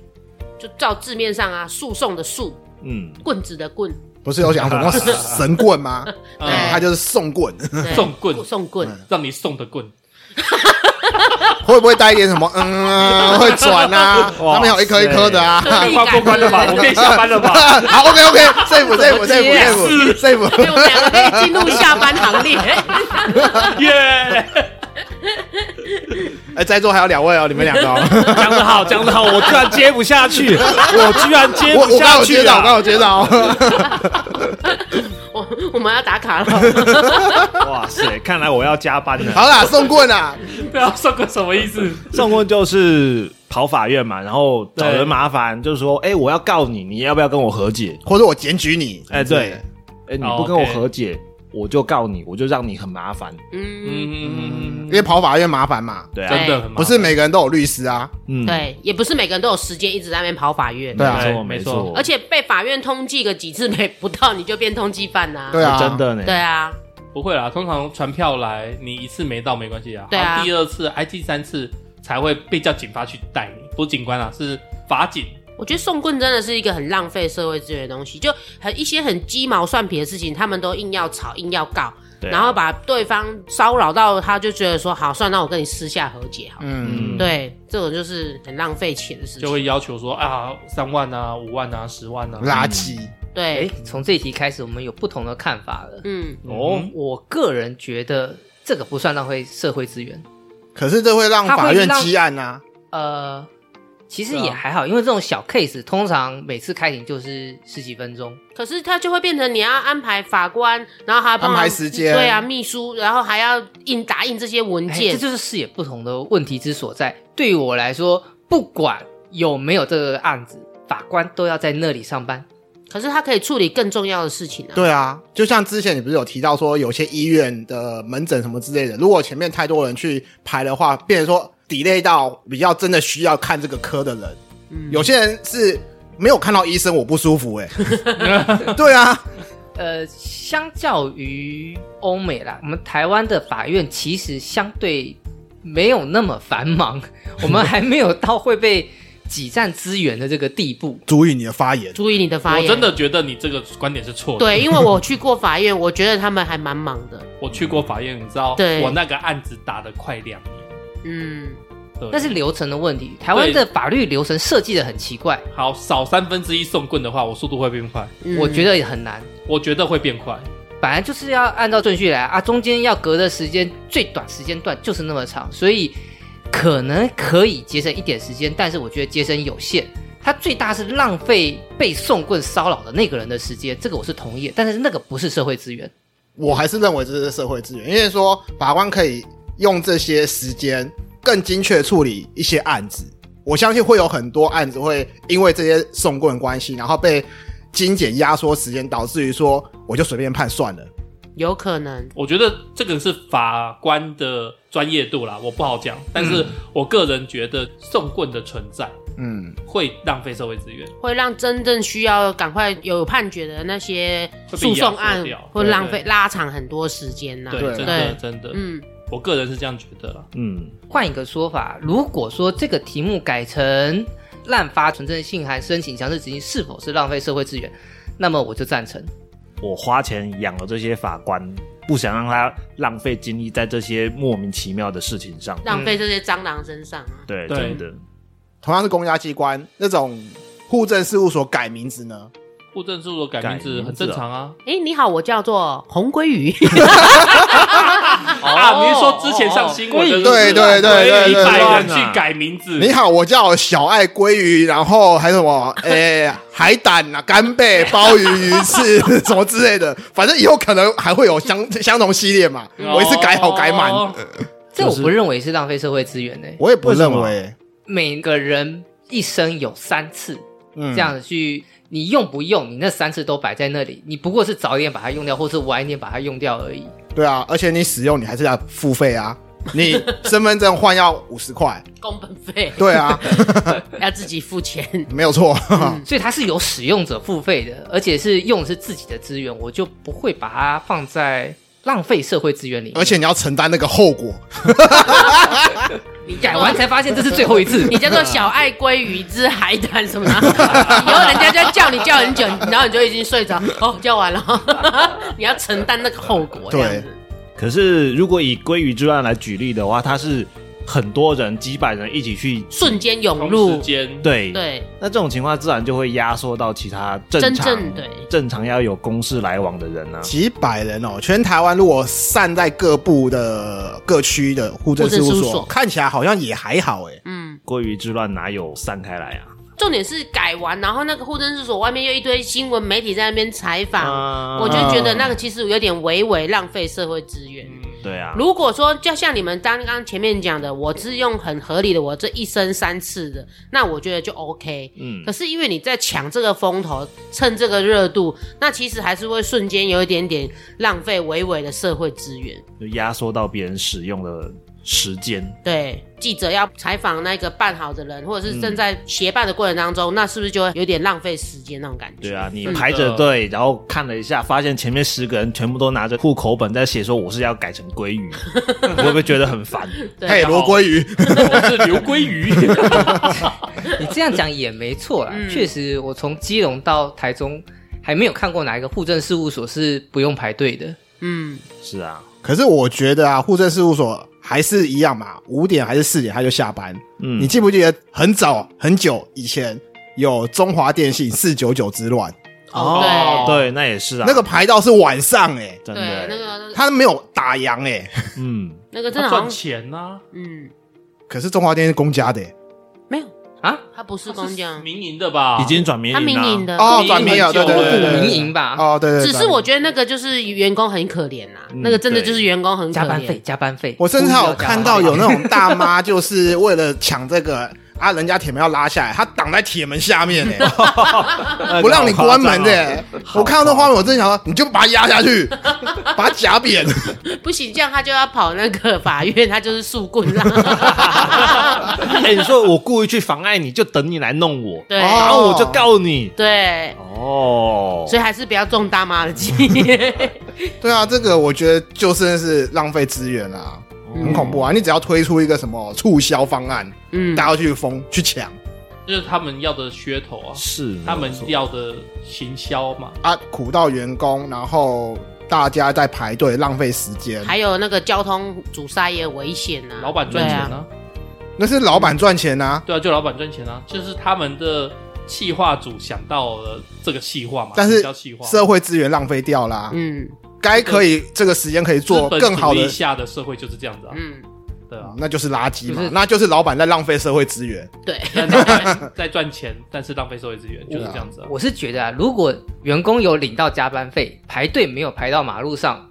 Speaker 2: 就照字面上啊，诉讼的诉，
Speaker 5: 嗯，
Speaker 2: 棍子的棍，
Speaker 1: 不是有讲什么神棍吗？哎
Speaker 3: 嗯
Speaker 2: 对
Speaker 1: 他就是送棍，
Speaker 2: 对
Speaker 3: 送棍嗯
Speaker 2: 送棍，
Speaker 3: 让你送的棍，
Speaker 1: 会不会带一点什么？嗯 啊，会转啊，
Speaker 5: 哇
Speaker 1: 他们有一颗一颗的啊。
Speaker 2: 对
Speaker 3: 快过关了吧？我可以下班 了吧？
Speaker 1: 好，OK OK，safe safe safe safe
Speaker 2: 所
Speaker 1: safe。
Speaker 2: 以我们两个可以进入下班行列。
Speaker 3: 耶！
Speaker 1: 哎，在座还有两位哦，你们两个哦。
Speaker 5: 讲得好，讲得好，我居然接不下去， 我居然接
Speaker 1: 我
Speaker 5: 不
Speaker 1: 我刚
Speaker 5: 下
Speaker 1: 有
Speaker 5: 去啊
Speaker 1: 接到，我刚
Speaker 5: 了。
Speaker 1: 有哦接到。
Speaker 2: 我我们要打卡了，
Speaker 5: 哇塞，看来我要加班了。
Speaker 1: 好啦，送棍啊啦，
Speaker 3: 不要送棍什么意思？
Speaker 5: 送棍就是跑法院嘛，然后找
Speaker 3: 对
Speaker 5: 人麻烦，就是说，哎、我要告你，你要不要跟我和解？
Speaker 1: 或者我检举你。
Speaker 5: 哎、对，哎、你不跟我
Speaker 3: OK
Speaker 5: 和解我就告你，我就让你很麻烦。
Speaker 2: 嗯，
Speaker 3: 嗯
Speaker 1: 因，为跑法院麻烦嘛，
Speaker 5: 对啊，
Speaker 2: 对
Speaker 3: 真的很麻烦
Speaker 1: 不是每个人都有律师啊。
Speaker 5: 嗯，
Speaker 2: 对，也不是每个人都有时间一直在那边跑法院
Speaker 1: 对，啊
Speaker 5: 没错
Speaker 3: 对
Speaker 5: 没
Speaker 3: 没错
Speaker 5: 错，
Speaker 2: 而且被法院通缉个几次没不到，你就变通缉犯啦。
Speaker 1: 对啊，
Speaker 5: 真。的呢，
Speaker 2: 对啊，
Speaker 3: 不会啦，通常传票来，你一次没到没关系啊，
Speaker 2: 对啊
Speaker 3: 好第二次、哎第三次才会被叫警察去带你，不是警官啊，是法警。
Speaker 2: 我觉得送棍真的是一个很浪费社会资源的东西，就很一些很鸡毛蒜皮的事情，他们都硬要吵、硬要告，
Speaker 5: 对啊
Speaker 2: 然后把对方骚扰到，他就觉得说好，算了那我跟你私下和解好了。
Speaker 1: 嗯，
Speaker 5: 嗯，
Speaker 2: 对，这种就是很浪费钱的事情。
Speaker 3: 就会要求说啊，三万啊，五万啊，十万啊，
Speaker 1: 垃圾。
Speaker 4: 哎
Speaker 2: 对，，
Speaker 4: 从这一题开始，我们有不同的看法了。
Speaker 2: 嗯，
Speaker 5: 哦
Speaker 3: 嗯
Speaker 4: 我个人觉得这个不算浪费社会资源，
Speaker 1: 可是这会让法院积案啊。
Speaker 4: 呃，其实
Speaker 3: 是啊
Speaker 4: 也还好，因为这种小 case 通常每次开庭就是十几分钟，
Speaker 2: 可是他就会变成你要安排法官，然后还要帮忙
Speaker 1: 安排时间
Speaker 2: 对啊，秘书，然后还要印打印这些文
Speaker 4: 哎，
Speaker 2: 件，
Speaker 4: 这就是视野不同的问题之所在。对于我来说，不管有没有这个案子，法官都要在那里上班。
Speaker 2: 可是他可以处理更重要的事情啊。
Speaker 1: 对啊，就像之前你不是有提到说，有些医院的门诊什么之类的，如果前面太多人去排的话，变成说 delay 到比较真的需要看这个科的人。有些人是没有看到医生，我不舒服哎、对啊，
Speaker 4: 呃，相较于欧美啦，我们台湾的法院其实相对没有那么繁忙，我们还没有到会被挤占资源的这个地步。
Speaker 1: 注意你的发言。
Speaker 2: 注意你的发
Speaker 3: 我
Speaker 2: 言。
Speaker 3: 真的觉得你这个观点是错的。，
Speaker 2: 对，因为我去过法院，我觉得他们还蛮忙的。
Speaker 3: 我去过法院，你知道，
Speaker 2: 对
Speaker 3: 我那个案子打了快两年。
Speaker 2: 嗯，
Speaker 3: 对，
Speaker 4: 那是流程的问题，台湾的法律流程设计的很奇怪，
Speaker 3: 好少三分之一送棍的话，我速度会变快，
Speaker 2: 嗯
Speaker 4: 我觉得也很难。
Speaker 3: 我觉得会变快。
Speaker 4: 本来就是要按照顺序来啊，中间要隔的时间最短时间段就是那么长，所以可能可以节省一点时间，但是我觉得节省有限。它最大是浪费被送棍骚扰的那个人的时间，这个我是同意的，但是那个不是社会资源。
Speaker 1: 我还是认为这是社会资源，因为说法官可以用这些时间更精确处理一些案子。我相信会有很多案子会因为这些送棍关系，然后被精简压缩时间，导致于说我就随便判算了。
Speaker 2: 有可能
Speaker 3: 我觉得这个是法官的专业度啦，我不好讲。但
Speaker 2: 嗯
Speaker 3: 是我个人觉得送棍的存在
Speaker 1: 嗯，
Speaker 3: 会浪费社会资源，
Speaker 2: 会让真正需要赶快有判决的那些
Speaker 3: 会被
Speaker 2: 诉讼
Speaker 3: 压缩
Speaker 2: 案
Speaker 3: 掉
Speaker 2: 会
Speaker 3: 对
Speaker 2: 浪
Speaker 3: 对
Speaker 2: 费拉长很多时间呐、
Speaker 3: 对，
Speaker 1: 对
Speaker 3: 真的
Speaker 2: 对
Speaker 3: 真的，
Speaker 2: 嗯，
Speaker 3: 我个人是这样觉得啦。
Speaker 5: 嗯，
Speaker 4: 换一个说法，如果说这个题目改成滥发纯正信函申请强制执行是否是浪费社会资源，那么我就赞成。
Speaker 5: 我花钱养了这些法官，不想让他浪费精力在这些莫名其妙的事情上。
Speaker 2: 浪费这些蟑螂身上啊。
Speaker 3: 嗯
Speaker 5: 对，
Speaker 3: 对
Speaker 5: 真的，
Speaker 1: 同样是公家机关，那种户政事务所改名字呢，
Speaker 3: 户政事务所改名
Speaker 5: 改
Speaker 3: 字
Speaker 5: 名
Speaker 3: 很
Speaker 5: 字
Speaker 3: 正
Speaker 5: 啊
Speaker 3: 常啊。
Speaker 2: 哎、你好，我叫做红鲑鱼，
Speaker 1: 哦
Speaker 3: 啊，你是说之前上新闻的
Speaker 1: 对哦对对对
Speaker 3: 一
Speaker 1: 对
Speaker 3: 百人
Speaker 5: 对
Speaker 3: 去改名字，
Speaker 1: 你好，我叫小爱鲑鱼，然后还有什 么，诶、海胆啊、干贝、鲍鱼、鱼翅 什么之类的，反正以后可能还会有相 相同系列嘛。
Speaker 2: 哦
Speaker 1: 我一次改好改满，
Speaker 3: 哦
Speaker 4: 这我不认为是浪费社会资源欸呢、
Speaker 1: 我也不认
Speaker 5: 为
Speaker 1: 为，
Speaker 4: 每个人一生有三次
Speaker 1: 嗯，
Speaker 4: 这样子去，你用不用，你那三次都摆在那里，你不过是早一点把它用掉，或是晚一点把它用掉而已。
Speaker 1: 对啊，而且你使用你还是要付费啊，你身份证换要五十块，
Speaker 2: 工本费
Speaker 1: 对 啊，
Speaker 2: 要自己付钱。
Speaker 1: 没有错，
Speaker 2: 嗯
Speaker 4: 所以它是有使用者付费的，而且是用的是自己的资源，我就不会把它放在浪费社会资源里面。
Speaker 1: 而且你要承担那个后果，
Speaker 2: 你叫
Speaker 4: 改
Speaker 2: 做
Speaker 4: 完才发现这是最后一 次，
Speaker 2: 你叫做小爱鲑鱼之海胆什么的， 以后人家就要叫你叫很久，然后你就已经睡着，哦，叫完了， 你要承担那个后果，这
Speaker 1: 对
Speaker 2: 样子。
Speaker 5: 可是如果以鲑鱼之乱来举例的话，它是很多人几百人一起去
Speaker 2: 瞬间涌
Speaker 3: 同时
Speaker 2: 入，
Speaker 3: 间，
Speaker 5: 对，
Speaker 2: 对，
Speaker 5: 那这种情况自然就会压缩到其他正
Speaker 2: 真
Speaker 5: 常
Speaker 2: 正对
Speaker 5: 正常要有公事来往的人啊。
Speaker 1: 几百人哦，全台湾如果散在各部的各区的户政事务
Speaker 2: 户政事务
Speaker 1: 所
Speaker 2: 所，
Speaker 1: 看起来好像也还好哎诶、
Speaker 2: 嗯，
Speaker 5: 鲑鱼之乱哪有散开来啊？
Speaker 2: 重点是改完，然后那个户政事所外面又一堆新闻媒体在那边采访，
Speaker 5: 啊
Speaker 2: 我就觉得那个其实有点微微浪费社会资源。
Speaker 5: 对啊，
Speaker 2: 如果说就像你们刚刚前面讲的，我是用很合理的，我这一生三次的，那我觉得就 OK。
Speaker 5: 嗯
Speaker 2: 可，是因为你在抢这个风头，趁这个热度，那其实还是会瞬间有一点点浪费微微的社会资源。
Speaker 5: 就压缩到别人使用的时间。
Speaker 2: 对，记者要采访那个办好的人，或者是
Speaker 5: 嗯
Speaker 2: 正在协办的过程当中，那是不是就会有点浪费时间那种感觉？
Speaker 5: 对啊，你
Speaker 3: 嗯
Speaker 5: 排着队，然后看了一下，发现前面十个人全部都拿着户口本在写说我是要改成鲑鱼，你会不会觉得很烦？
Speaker 2: 对
Speaker 1: 嘿，罗鲑鱼，
Speaker 3: 我是刘鲑 鱼，
Speaker 4: 你这样讲也没错啦。
Speaker 1: 嗯
Speaker 4: 确实，我从基隆到台中还没有看过哪一个户政事务所是不用排队的。
Speaker 2: 嗯，
Speaker 5: 是啊，
Speaker 1: 可是我觉得啊，户政事务所还是一样嘛，五点还是四点他就下班。
Speaker 5: 嗯，
Speaker 1: 你记不记得很早很久以前有中华电信四九九之乱，
Speaker 2: 哦
Speaker 5: 对，那也是啊，
Speaker 1: 那个排到是晚上哎、
Speaker 5: 真的
Speaker 2: 对
Speaker 5: 欸，，
Speaker 2: 那个
Speaker 1: 他没有打烊哎、
Speaker 5: 嗯，
Speaker 2: 那个真
Speaker 3: 他
Speaker 2: 的好像，
Speaker 3: 赚钱啊呐，
Speaker 2: 嗯，
Speaker 1: 可是中华电信是公家的、欸、
Speaker 2: 没有，
Speaker 4: 啊，
Speaker 2: 他不是公
Speaker 3: 他
Speaker 2: 家，
Speaker 3: 民营的吧？
Speaker 5: 已经转民
Speaker 2: 他民
Speaker 3: 啊
Speaker 2: 营
Speaker 5: 的，
Speaker 2: 的，
Speaker 1: 哦，
Speaker 3: 民营
Speaker 1: 转民了，
Speaker 3: 很久
Speaker 1: 对对对
Speaker 4: 不
Speaker 1: 对对
Speaker 4: 民营吧？
Speaker 1: 哦，对对对。
Speaker 2: 只是我
Speaker 1: 得，
Speaker 2: 觉得那个就是员工很可怜呐、
Speaker 5: 嗯
Speaker 2: 那个真的就是员工很可
Speaker 4: 加
Speaker 2: 怜。
Speaker 4: 班费，加班费。
Speaker 1: 我甚至还有
Speaker 4: 呼吁要加班
Speaker 1: 看到
Speaker 4: 费
Speaker 1: 有那种大妈，就是为了抢这个啊，人家铁门要拉下来，她挡在铁门下面哎、
Speaker 5: 那
Speaker 1: 不
Speaker 5: 个
Speaker 1: 让你
Speaker 5: 好夸
Speaker 1: 关门
Speaker 5: 张
Speaker 1: 的、
Speaker 5: 哦
Speaker 1: 欸。我看到那画面，我真的想说，你就把它压下去，把它夹扁。
Speaker 2: 不行，这样他就要跑那个法院，他就是树棍啦。
Speaker 5: 哎、你说我故意去妨碍你，就等你来弄我，
Speaker 2: 对、
Speaker 1: 哦
Speaker 5: 然后我就告你。
Speaker 2: 对，
Speaker 5: 哦，
Speaker 2: 所以还是不要中大妈的 嗯计。
Speaker 1: 对啊，这个我觉得就真的是浪费资源啦，很恐怖啊！你只要推出一个什么促销方案，
Speaker 2: 嗯，
Speaker 1: 大家去疯去抢
Speaker 3: 就是他们要的噱头啊，
Speaker 5: 是没有
Speaker 3: 他们
Speaker 5: 错
Speaker 3: 要的行销嘛。
Speaker 1: 啊，苦到员工，然后大家在排队浪费时间，
Speaker 2: 还有那个交通阻塞也危险呐、
Speaker 3: 老板赚钱啊，
Speaker 1: 那是老板赚钱啊。
Speaker 3: 对啊，就老板赚钱啊，就是他们的企划组想到了这个企划嘛，
Speaker 1: 但是
Speaker 3: 叫企划，
Speaker 1: 社会资源浪费掉啦
Speaker 2: 对啊。，嗯
Speaker 1: 该可以这个时间可以做
Speaker 3: 资本
Speaker 1: 更好
Speaker 3: 主
Speaker 1: 的
Speaker 3: 义，下的社会就是这样子啊，
Speaker 2: 嗯，
Speaker 3: 对啊，
Speaker 1: 那就是垃圾
Speaker 4: 就
Speaker 1: 嘛
Speaker 4: 是，
Speaker 1: 那就是老板在浪费社会资源。
Speaker 2: 对，
Speaker 3: 在在赚钱，但是浪费社会资源，就是这样子啊。
Speaker 4: 我是觉得啊，如果员工有领到加班费，排队没有排到马路上，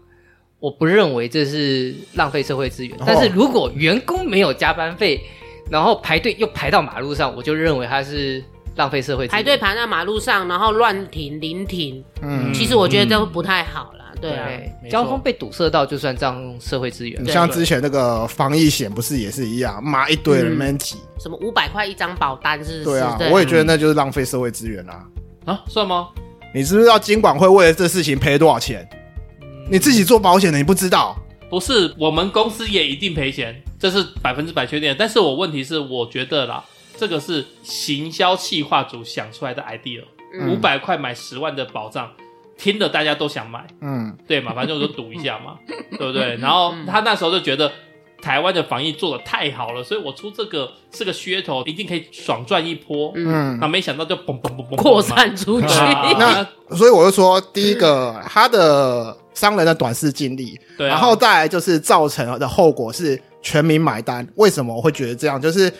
Speaker 4: 我不认为这是浪费社会资源。
Speaker 1: 哦
Speaker 4: 但是如果员工没有加班费，然后排队又排到马路上，我就认为他是浪费社会资
Speaker 2: 排
Speaker 4: 源。
Speaker 2: 队排在马路上，然后乱停临停，
Speaker 1: 嗯，
Speaker 2: 其实我觉得都不太好啦。对啊，
Speaker 3: 没错
Speaker 4: 交通被堵塞到就算占用社会资源
Speaker 1: 你
Speaker 2: 对。
Speaker 1: 像之前那个防疫险不是也是一样，妈一堆人
Speaker 4: 嗯
Speaker 1: 们挤，
Speaker 2: 什么五百块一张保单嗯是不是？
Speaker 1: 对啊，我也觉得那就是浪费社会资源啦、
Speaker 3: 啊，算吗？
Speaker 1: 你知不知道金管会为了这事情赔了多少钱？你自己做保险的你不知道？
Speaker 3: 不是，我们公司也一定赔钱，这是百分之百确定的。但是我问题是，我觉得啦，这个是行销企划组想出来的 idea，五
Speaker 2: 嗯
Speaker 3: 百块买十万的保障，听了大家都想买，
Speaker 1: 嗯，
Speaker 3: 对 嘛？反正我就赌一下嘛，对不对？然后他那时候就觉得。台湾的防疫做的太好了，所以我出这个是个噱头，一定可以爽赚一波。
Speaker 1: 嗯
Speaker 3: 那没想到就嘣嘣嘣嘣
Speaker 2: 扩散出去
Speaker 3: 对。 啊
Speaker 1: 那所以我就说，第一个他的商人的短视经历，
Speaker 3: 对啊
Speaker 1: 然后再来就是造成的后果是全民买单。为什么我会觉得这样？就是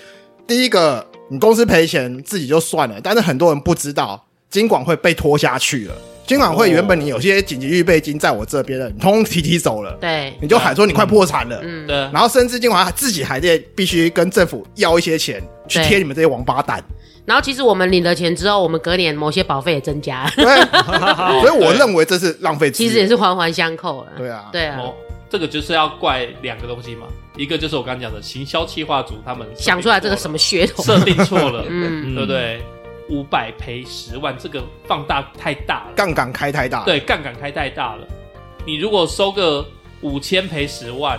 Speaker 1: 第一个，你公司赔钱自己就算了，但是很多人不知道，金管会被拖下去了。金管会原本你有些紧急预备金在我这边了，你通通提提走了，
Speaker 2: 对，
Speaker 1: 你就喊说你快破产了。
Speaker 2: 嗯，
Speaker 3: 对，
Speaker 1: 然后甚至金管会自己还得必须跟政府要一些钱去
Speaker 2: 对
Speaker 1: 贴你们这些王八 蛋，
Speaker 2: 然后其实我们领了钱之后，我们隔年某些保费也 增加，
Speaker 1: 对，所以我认为这是浪费资
Speaker 2: 其
Speaker 1: 源。
Speaker 2: 实也是环环相扣了。
Speaker 1: 对啊，
Speaker 2: 对啊，
Speaker 3: 哦，这个就是要怪两个东西嘛，一个就是我刚刚讲的行销企划组他们
Speaker 2: 想出来这个什么噱头？
Speaker 3: 设定错了，
Speaker 2: 嗯，
Speaker 3: 对不对？五百赔十万，这个放大太大了，
Speaker 1: 杠杆开太大，，
Speaker 3: 对，杠杆开太大了。你如果收个五千赔十万，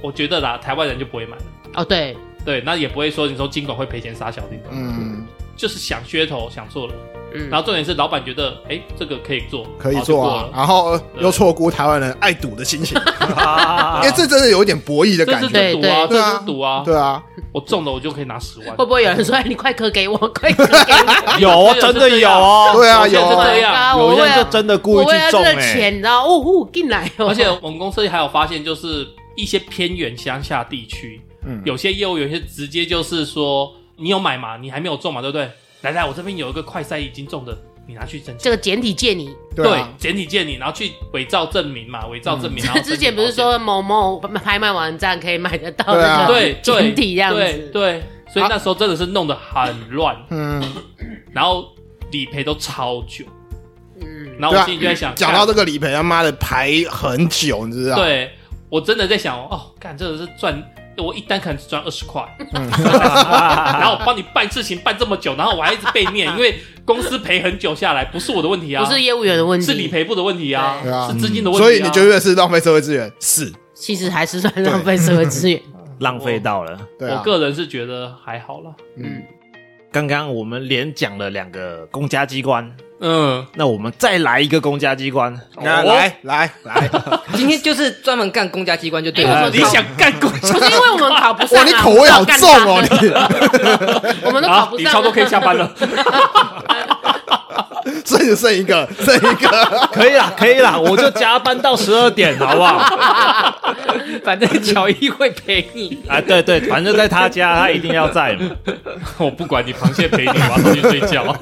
Speaker 3: 我觉得啦，台湾人就不会买了。
Speaker 2: 哦对，
Speaker 3: 对，那也不会说你说金管会赔钱杀小弟，
Speaker 1: 嗯，
Speaker 3: 就是想噱头想错了。
Speaker 2: 嗯
Speaker 3: 然，后重点是老板觉得，哎，这个可以做，
Speaker 1: 可以
Speaker 3: 好就
Speaker 1: 做
Speaker 3: 过
Speaker 1: 啊
Speaker 3: 了，
Speaker 1: 然后
Speaker 3: 对啊
Speaker 1: 又错估台湾人爱赌的心情，因为
Speaker 5: 啊
Speaker 1: 这真的有一点博弈的
Speaker 3: 这
Speaker 1: 感
Speaker 3: 是
Speaker 1: 觉，
Speaker 2: 对
Speaker 3: 赌啊，
Speaker 1: 对
Speaker 3: 这
Speaker 1: 啊
Speaker 3: 是赌啊，
Speaker 1: 对啊，
Speaker 3: 我中了我就可以拿十万
Speaker 2: 会。不会有人说哎你快磕给我，快磕给 我？
Speaker 5: 有真的有哦，
Speaker 1: 对啊，
Speaker 3: 有
Speaker 1: 有
Speaker 3: 些
Speaker 1: 啊
Speaker 3: 这样
Speaker 2: 啊
Speaker 5: 有
Speaker 2: 我为
Speaker 5: 人就
Speaker 2: 了
Speaker 5: 真的故
Speaker 2: 我
Speaker 5: 意
Speaker 2: 为
Speaker 5: 去
Speaker 2: 了
Speaker 5: 中
Speaker 2: 这个
Speaker 5: 哎，
Speaker 2: 钱，你知道哦呼进来 哦，
Speaker 3: 而且我们公司还有发现，就是一些偏远乡下地区，
Speaker 1: 嗯
Speaker 3: 有些业务员是直接就是说，你有买嘛，你还没有中嘛，对不对？来来，我这边有一个快筛已经中的，你拿去申
Speaker 2: 这
Speaker 3: 请。
Speaker 2: 个简体借你。
Speaker 1: 对啊，
Speaker 3: 简体见你，然后去伪造证明嘛，伪造证明。然后
Speaker 2: 嗯这之前不是说某某拍卖网站可以买得到
Speaker 1: 对啊
Speaker 2: 那
Speaker 3: 对
Speaker 2: 个
Speaker 3: 对
Speaker 2: 简体样
Speaker 3: 对
Speaker 2: 子？
Speaker 3: 对，所以那时候真的是弄得很乱，
Speaker 1: 嗯，
Speaker 3: 然后理赔都超久，
Speaker 2: 嗯，
Speaker 3: 然后
Speaker 1: 对
Speaker 3: 我
Speaker 1: 啊
Speaker 3: 心里就在想，
Speaker 1: 讲到这个理赔，他妈的排很久，你知道？，
Speaker 3: 对我真的在想，哦，干这个是赚，我一单可能只赚二十块，
Speaker 1: 嗯
Speaker 3: 然后我帮你办事情办这么久，然后我还一直被 念，因为公司赔很久下来，不是我的问题啊，
Speaker 2: 不是业务员的问题，
Speaker 3: 是理赔部的问题啊，
Speaker 1: 对啊
Speaker 3: 是资金的问题、啊，
Speaker 1: 所以你觉得是浪费社会资源？是，
Speaker 2: 其实还是算浪费社会资源。
Speaker 5: 浪费到了。
Speaker 1: 对
Speaker 3: 我
Speaker 1: 啊，
Speaker 3: 个人是觉得还好啦，
Speaker 1: 嗯，
Speaker 5: 刚刚我们连讲了两个公家机关，
Speaker 3: 嗯，
Speaker 5: 那我们再来一个公家机关，哦
Speaker 1: 那来来 来，
Speaker 3: 啊
Speaker 4: 今天就是专门干公家机关就对
Speaker 2: 哎
Speaker 4: 了
Speaker 2: 我。
Speaker 3: 呃你想干公司
Speaker 2: 不是因为我们考不上
Speaker 1: 哇，
Speaker 2: 啊，
Speaker 1: 你口味好
Speaker 2: 我们
Speaker 1: 重哦，
Speaker 2: 都考
Speaker 1: 你。
Speaker 2: 干上我们都考
Speaker 3: 啊，
Speaker 2: 不
Speaker 3: 李
Speaker 2: 上啊。
Speaker 3: 超都可以下班了，
Speaker 1: 剩剩一个， 剩一个，
Speaker 5: 可以啦，可以啦， 我就加班到十二点，好不好？
Speaker 4: 反正乔伊会陪你。
Speaker 5: 啊，对对，反正在他家，他一定要在 嘛。
Speaker 3: 我不管你螃蟹陪你，我要回去睡觉。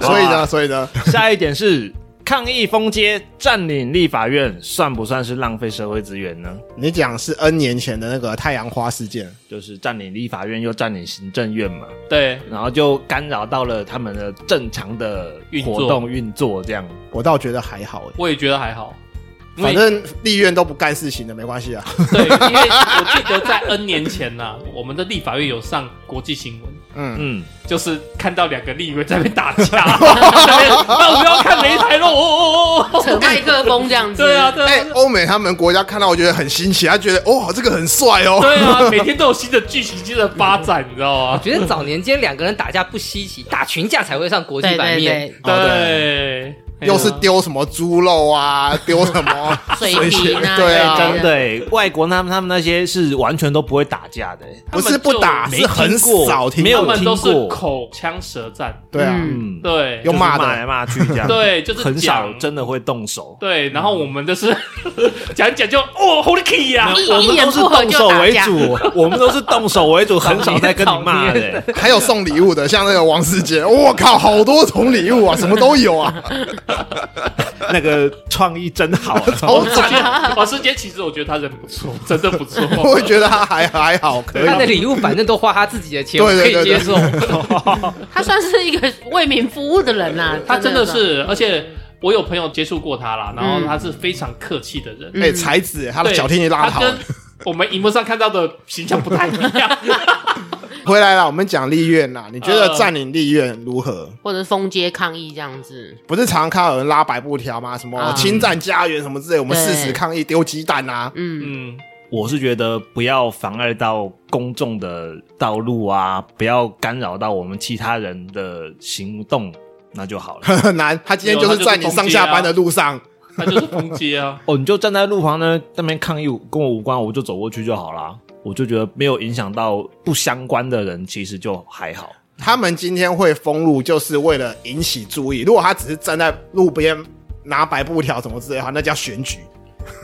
Speaker 1: 所以呢，所以呢，
Speaker 5: 啊下一点是抗议封街占领立法院，算不算是浪费社会资源呢？
Speaker 1: 你讲是 N 年前的那个太阳花事件，
Speaker 5: 就是占领立法院又占领行政院嘛，
Speaker 3: 对，
Speaker 5: 然后就干扰到了他们的正常的
Speaker 3: 运作
Speaker 5: 活动运作，这样
Speaker 1: 我倒觉得还好欸，
Speaker 3: 我也觉得还好，因为
Speaker 1: 反正立院都不干事情的，没关系啊。
Speaker 3: 对，因为我记得在 N 年前呐、我们的立法院有上国际新闻。
Speaker 1: 嗯，
Speaker 5: 嗯，
Speaker 3: 就是看到两个立委在那边 打架，在那边那我们要看擂台喽！哦 哦哦哦，
Speaker 2: 扯麦克风这样子。
Speaker 3: 对啊，，对
Speaker 1: 哎
Speaker 3: 啊，，
Speaker 1: 欧美他们国家看到我觉得很新奇，他觉得哦，这个很帅哦。
Speaker 3: 对啊，每天都有新的剧情、新的发展，你知道 吗？
Speaker 4: 觉得早年间两个人打架不稀奇，打群架才会上国际
Speaker 2: 对
Speaker 4: 版
Speaker 2: 对
Speaker 4: 面。
Speaker 2: 对，
Speaker 3: 对，
Speaker 1: 哦
Speaker 3: 哎
Speaker 1: 又是丢什么猪肉啊，丢什么
Speaker 2: 水瓶啊
Speaker 1: 对啊，
Speaker 2: 对
Speaker 5: 真的欸，外国他们他们那些是完全都不会打架的欸，
Speaker 3: 他
Speaker 1: 不
Speaker 3: 们
Speaker 1: 是不打，
Speaker 5: 就是
Speaker 1: 很少听
Speaker 5: 没
Speaker 3: 就，
Speaker 5: 有
Speaker 3: 他们
Speaker 5: 听
Speaker 3: 都是
Speaker 5: 过
Speaker 3: 口腔舌战，
Speaker 1: 对啊，
Speaker 2: 嗯
Speaker 5: 嗯，
Speaker 3: 对
Speaker 1: 用骂的
Speaker 5: 就是来骂去这 样，
Speaker 3: 对，就是
Speaker 5: 很少
Speaker 3: 讲
Speaker 5: 真的会动手。
Speaker 3: 对，然后我们就是 讲一讲就哦，Holy Key 呀，
Speaker 2: 一
Speaker 5: 我
Speaker 2: 一
Speaker 5: 们
Speaker 2: 言
Speaker 5: 都是
Speaker 2: 不合
Speaker 5: 动
Speaker 2: 就
Speaker 5: 手
Speaker 2: 打
Speaker 5: 为
Speaker 2: 架。
Speaker 5: 主， 我们都是动手 为主，很少在跟你骂的欸。
Speaker 1: 还有送礼物的，像那个王世杰，我靠，好多种礼物啊，什么都有啊，
Speaker 5: 那个创意真好啊，
Speaker 1: 好
Speaker 3: 王世
Speaker 1: 种。
Speaker 3: 杰，王世杰哦其实我觉得他人不错，真的不错。
Speaker 1: 我也觉得他还还好，可以
Speaker 4: 他。的礼物反正都花他自己的钱，我
Speaker 1: 对对
Speaker 4: 可以接受。
Speaker 2: 他算是一个为民服务的人啦、
Speaker 3: 他真的是，而且我我有朋友接触过他啦，然
Speaker 1: 嗯
Speaker 3: 后他是非常客气的人，
Speaker 1: 哎，才子，他的
Speaker 3: 对
Speaker 1: 脚踢你拉
Speaker 3: 他
Speaker 1: 好
Speaker 3: 跟
Speaker 1: 了。
Speaker 3: 我们荧幕上看到的形象不太一样。
Speaker 1: 回来了，我们讲立院啦，你觉得
Speaker 3: 呃
Speaker 1: 占领立院如何？
Speaker 2: 或者是封街抗议这样子，
Speaker 1: 不是常常看到有人拉白布条吗？什么
Speaker 2: 啊
Speaker 1: 侵占家园什么之类，我们
Speaker 2: 对
Speaker 1: 誓死抗议丢鸡蛋啊！
Speaker 2: 嗯，
Speaker 3: 嗯，
Speaker 5: 我是觉得不要妨碍到公众的道路啊，不要干扰到我们其他人的行动，那 就好了。
Speaker 1: 很难，他今天就是在你上下班的路上，
Speaker 3: 他就是封街啊。
Speaker 5: 哦，你就站在路旁呢，那边抗议跟我无关，我就走过去就好啦。我就觉得没有影响到不相关的人，其实就还好。
Speaker 1: 他们今天会封路，就是为了引起注意。如果他只是站在路边拿白布条什么之类的话，那叫选举。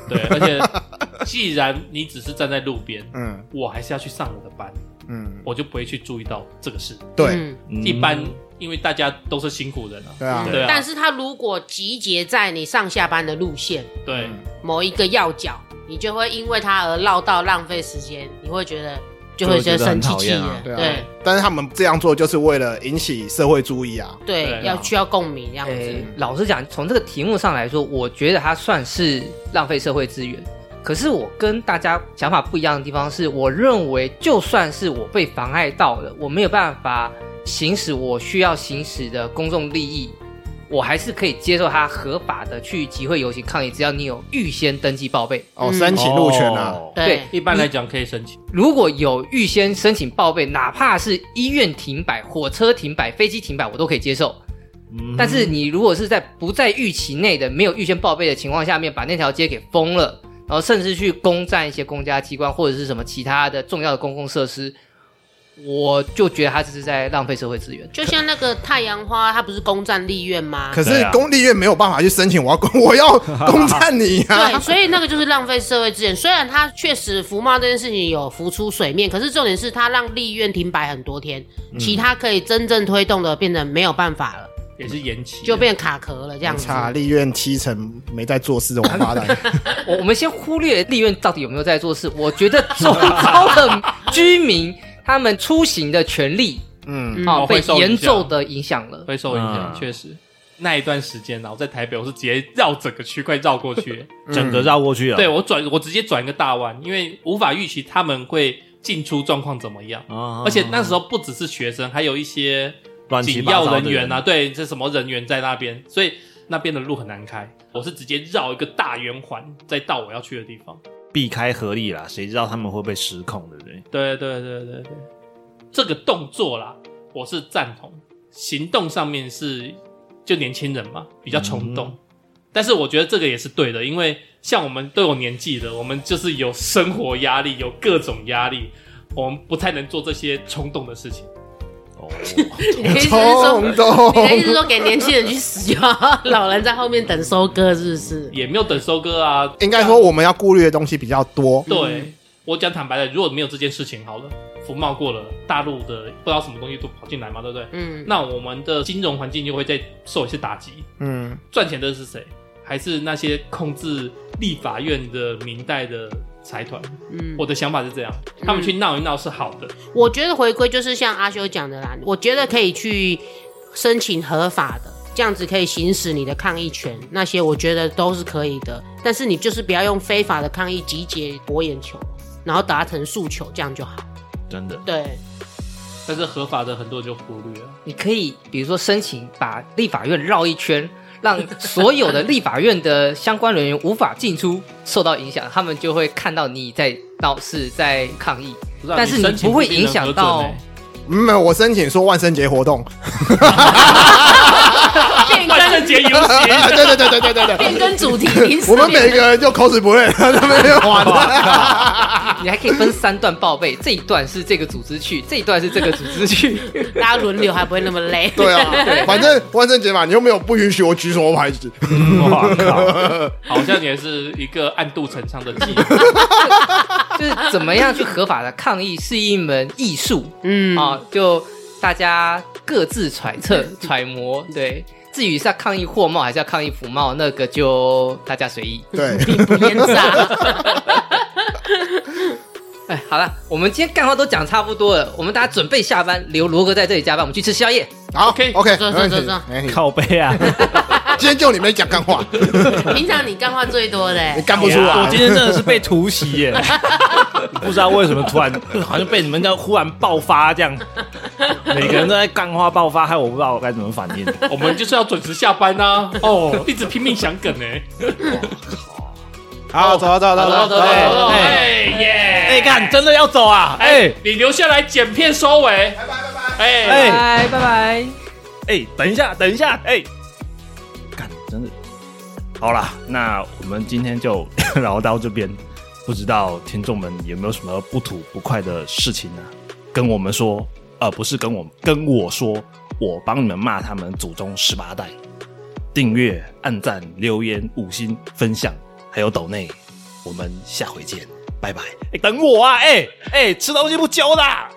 Speaker 3: 对，而且既然你只是站在路边，
Speaker 1: 嗯
Speaker 3: 我还是要去上我的班，
Speaker 1: 嗯，
Speaker 3: 我就不会去注意到这个事。
Speaker 1: 对、
Speaker 2: 嗯
Speaker 5: 嗯
Speaker 3: 一般因为大家都是辛苦人啊，
Speaker 1: 对啊，
Speaker 3: 对啊，
Speaker 2: 但是他如果集结在你上下班的路线
Speaker 1: 嗯
Speaker 3: 对
Speaker 2: 某一个要角，你就会因为他而绕道浪费时间，你会觉得就会觉得生气气
Speaker 5: 就会觉得很讨厌
Speaker 2: 的
Speaker 5: 啊，
Speaker 1: 对啊
Speaker 2: 对
Speaker 1: 但是他们这样做就是为了引起社会注意啊。
Speaker 2: 对
Speaker 3: 对，
Speaker 2: 要需要共鸣这样
Speaker 4: 诶
Speaker 2: 子，
Speaker 4: 哎老实讲，从这个题目上来说，我觉得它算是浪费社会资源。可是我跟大家想法不一样的地方是，我认为就算是我被妨碍到了，我没有办法行使我需要行使的公众利益，我还是可以接受他合法的去集会游行抗议，只要你有预先登记报备。
Speaker 1: 哦，
Speaker 2: 嗯
Speaker 1: 申请路权啊，
Speaker 5: 哦
Speaker 2: 对，
Speaker 3: 一般来讲可以申请。
Speaker 4: 如果有预先申请报备，哪怕是医院停摆、火车停摆、飞机停摆，我都可以接受。
Speaker 5: 嗯
Speaker 4: 但是你如果是在不在预期内的、没有预先报备的情况下面，把那条街给封了，然后甚至去攻占一些公家机关或者是什么其他的重要的公共设施，我就觉得他只是在浪费社会资源。
Speaker 2: 就像那个太阳花，它不是攻占立院吗？
Speaker 1: 可是
Speaker 5: 对啊
Speaker 1: 公立院没有办法去申请，我要 攻，我要攻占你
Speaker 2: 对，
Speaker 1: 啊！
Speaker 2: 所以那个就是浪费社会资源。虽然它确实服贸这件事情有浮出水面，可是重点是它让立院停摆很多天，其他可以真正推动的变成没有办法了，
Speaker 3: 也是延期，
Speaker 2: 就变卡壳了这样子。
Speaker 1: 差立院七成没在做事的王八蛋，
Speaker 4: 我我们先忽略立院到底有没有在做事，我觉得周遭的居民他们出行的权 利
Speaker 1: 嗯，
Speaker 2: 嗯
Speaker 4: 啊、
Speaker 3: 哦
Speaker 4: 被
Speaker 3: 会受影
Speaker 4: 严
Speaker 3: 响
Speaker 4: 重的影响了。
Speaker 3: 会受影响，
Speaker 5: 嗯
Speaker 3: 确实。那一段时间啊，然后在台北，我是直接绕整个区块绕过 去，
Speaker 5: 整
Speaker 1: 嗯
Speaker 5: 个绕过去了。
Speaker 3: 对我转我直接转一个大弯，因为无法预期他们会进出状况怎么样。
Speaker 5: 啊，
Speaker 3: 而且那时候不只是学生，还有一些
Speaker 5: 乱七
Speaker 3: 紧
Speaker 5: 八
Speaker 3: 要
Speaker 5: 糟的
Speaker 3: 人员啊，对，这什么人员在那边，所以那边的路很难开。我是直接绕一个大圆环，再到我要去的地方。
Speaker 5: 避开合理啦，谁知道他们会不会失控，对不对？
Speaker 3: 对对对对对，这个动作啦，我是赞同。行动上面是就年轻人嘛，比较冲
Speaker 5: 嗯
Speaker 3: 动，但是我觉得这个也是对的，因为像我们都有年纪的，我们就是有生活压力，有各种压力，我们不太能做这些冲动的事情。
Speaker 5: 哦，
Speaker 2: 你的意思是说，
Speaker 1: 冲
Speaker 2: 你
Speaker 1: 动
Speaker 2: 的意思是说给年轻人去死就好，老人在后面等收割，是不是？
Speaker 3: 也没有等收割啊。
Speaker 1: 应该说我们要顾虑的东西比较多。
Speaker 3: 对、
Speaker 4: 嗯
Speaker 3: 我讲坦白的，如果没有这件事情好了，服贸过了，大陆的不知道什么东西都跑进来嘛，对不对？
Speaker 2: 嗯，
Speaker 3: 那我们的金融环境就会再受一些打击。
Speaker 1: 嗯，
Speaker 3: 赚钱的是谁？还是那些控制立法院的明代的财团？
Speaker 2: 嗯
Speaker 3: 我的想法是这样，
Speaker 4: 嗯
Speaker 3: 他们去闹一闹是好的，
Speaker 2: 我觉得回归就是像阿修讲的啦，我觉得可以去申请合法的，这样子可以行使你的抗议权，那些我觉得都是可以的。但是你就是不要用非法的抗议集结博眼球，然后达成诉求，这样就好。
Speaker 5: 真的，
Speaker 2: 对，
Speaker 3: 但是合法的很多人就忽略了。
Speaker 4: 你可以比如说申请把立法院绕一圈，让所有的立法院的相关人员无法进出，受到影响，他们就会看到你在闹事在抗议。
Speaker 3: 不知道
Speaker 4: 但是
Speaker 3: 你
Speaker 4: 你
Speaker 3: 申请
Speaker 4: 不会
Speaker 3: 一定能
Speaker 4: 影响
Speaker 3: 核准
Speaker 4: 到
Speaker 3: 欸
Speaker 1: 没有，嗯我申请说万圣节活动，
Speaker 2: 变
Speaker 3: 万圣节游行，
Speaker 1: 对对对对对对对，，
Speaker 2: 变更主题
Speaker 1: 我们每个人就口齿不认，在那边玩
Speaker 4: 你还可以分三段报备，这一段是这个组织去，这一段是这个组织去。
Speaker 2: 大家轮流还不会那么累。
Speaker 1: 对啊，反正万圣节嘛，你又没有不允许我举什么牌 子。
Speaker 5: 哇靠！
Speaker 3: 好像也是一个暗度陈仓的计谋。
Speaker 4: 就是怎么样去合法的抗议是一门艺术
Speaker 2: 嗯
Speaker 4: 啊，就大家各自揣测揣摩。对，至于是要抗议货贸还是要抗议服贸，那个就大家随意。
Speaker 1: 对，
Speaker 2: 不 偏差。
Speaker 4: 哎，好了，我们今天干话都讲差不多了，我们大家准备下班，留罗哥在这里加班，我们去吃宵夜。
Speaker 1: 好
Speaker 3: OK，
Speaker 1: OK，
Speaker 2: 走走
Speaker 1: 没问题
Speaker 2: 走走
Speaker 1: 没问题
Speaker 5: 靠背啊，
Speaker 1: 今天就你 没讲干话，
Speaker 2: 平常你干话最多欸嘞
Speaker 1: 你，干不出
Speaker 5: 哎我今
Speaker 1: 来。
Speaker 5: 天真的是被突袭耶，不知道为什么突然好像被你们这样忽然爆发这样，每个人都在干花爆发，害我不知道我该怎么反应。
Speaker 3: 我们就是要准时下班呐、哦，一直拼命想梗呢、欸
Speaker 1: 好，走啊走啊走啊走啊走
Speaker 4: 哎
Speaker 1: 啊，
Speaker 3: 哦，
Speaker 4: 哎
Speaker 3: 哎耶！
Speaker 5: 哎，干，真的要走啊！哎
Speaker 3: 哎，你留下来剪片收尾。
Speaker 1: 拜拜拜拜。
Speaker 3: 哎
Speaker 5: 哎
Speaker 4: 拜拜拜。
Speaker 5: 哎，等一下，等一下，哎，干，真的好啦，那我们今天就 聊到这边，不知道听众们有没有什么不吐不快的事情呢、跟我们说，呃，不是跟我跟我说，我帮你们骂他们祖宗十八代。订阅、按赞、留言、五星分享，还有抖内，我们下回见，拜拜。哎、等我啊！哎、哎、吃东西不教的啊、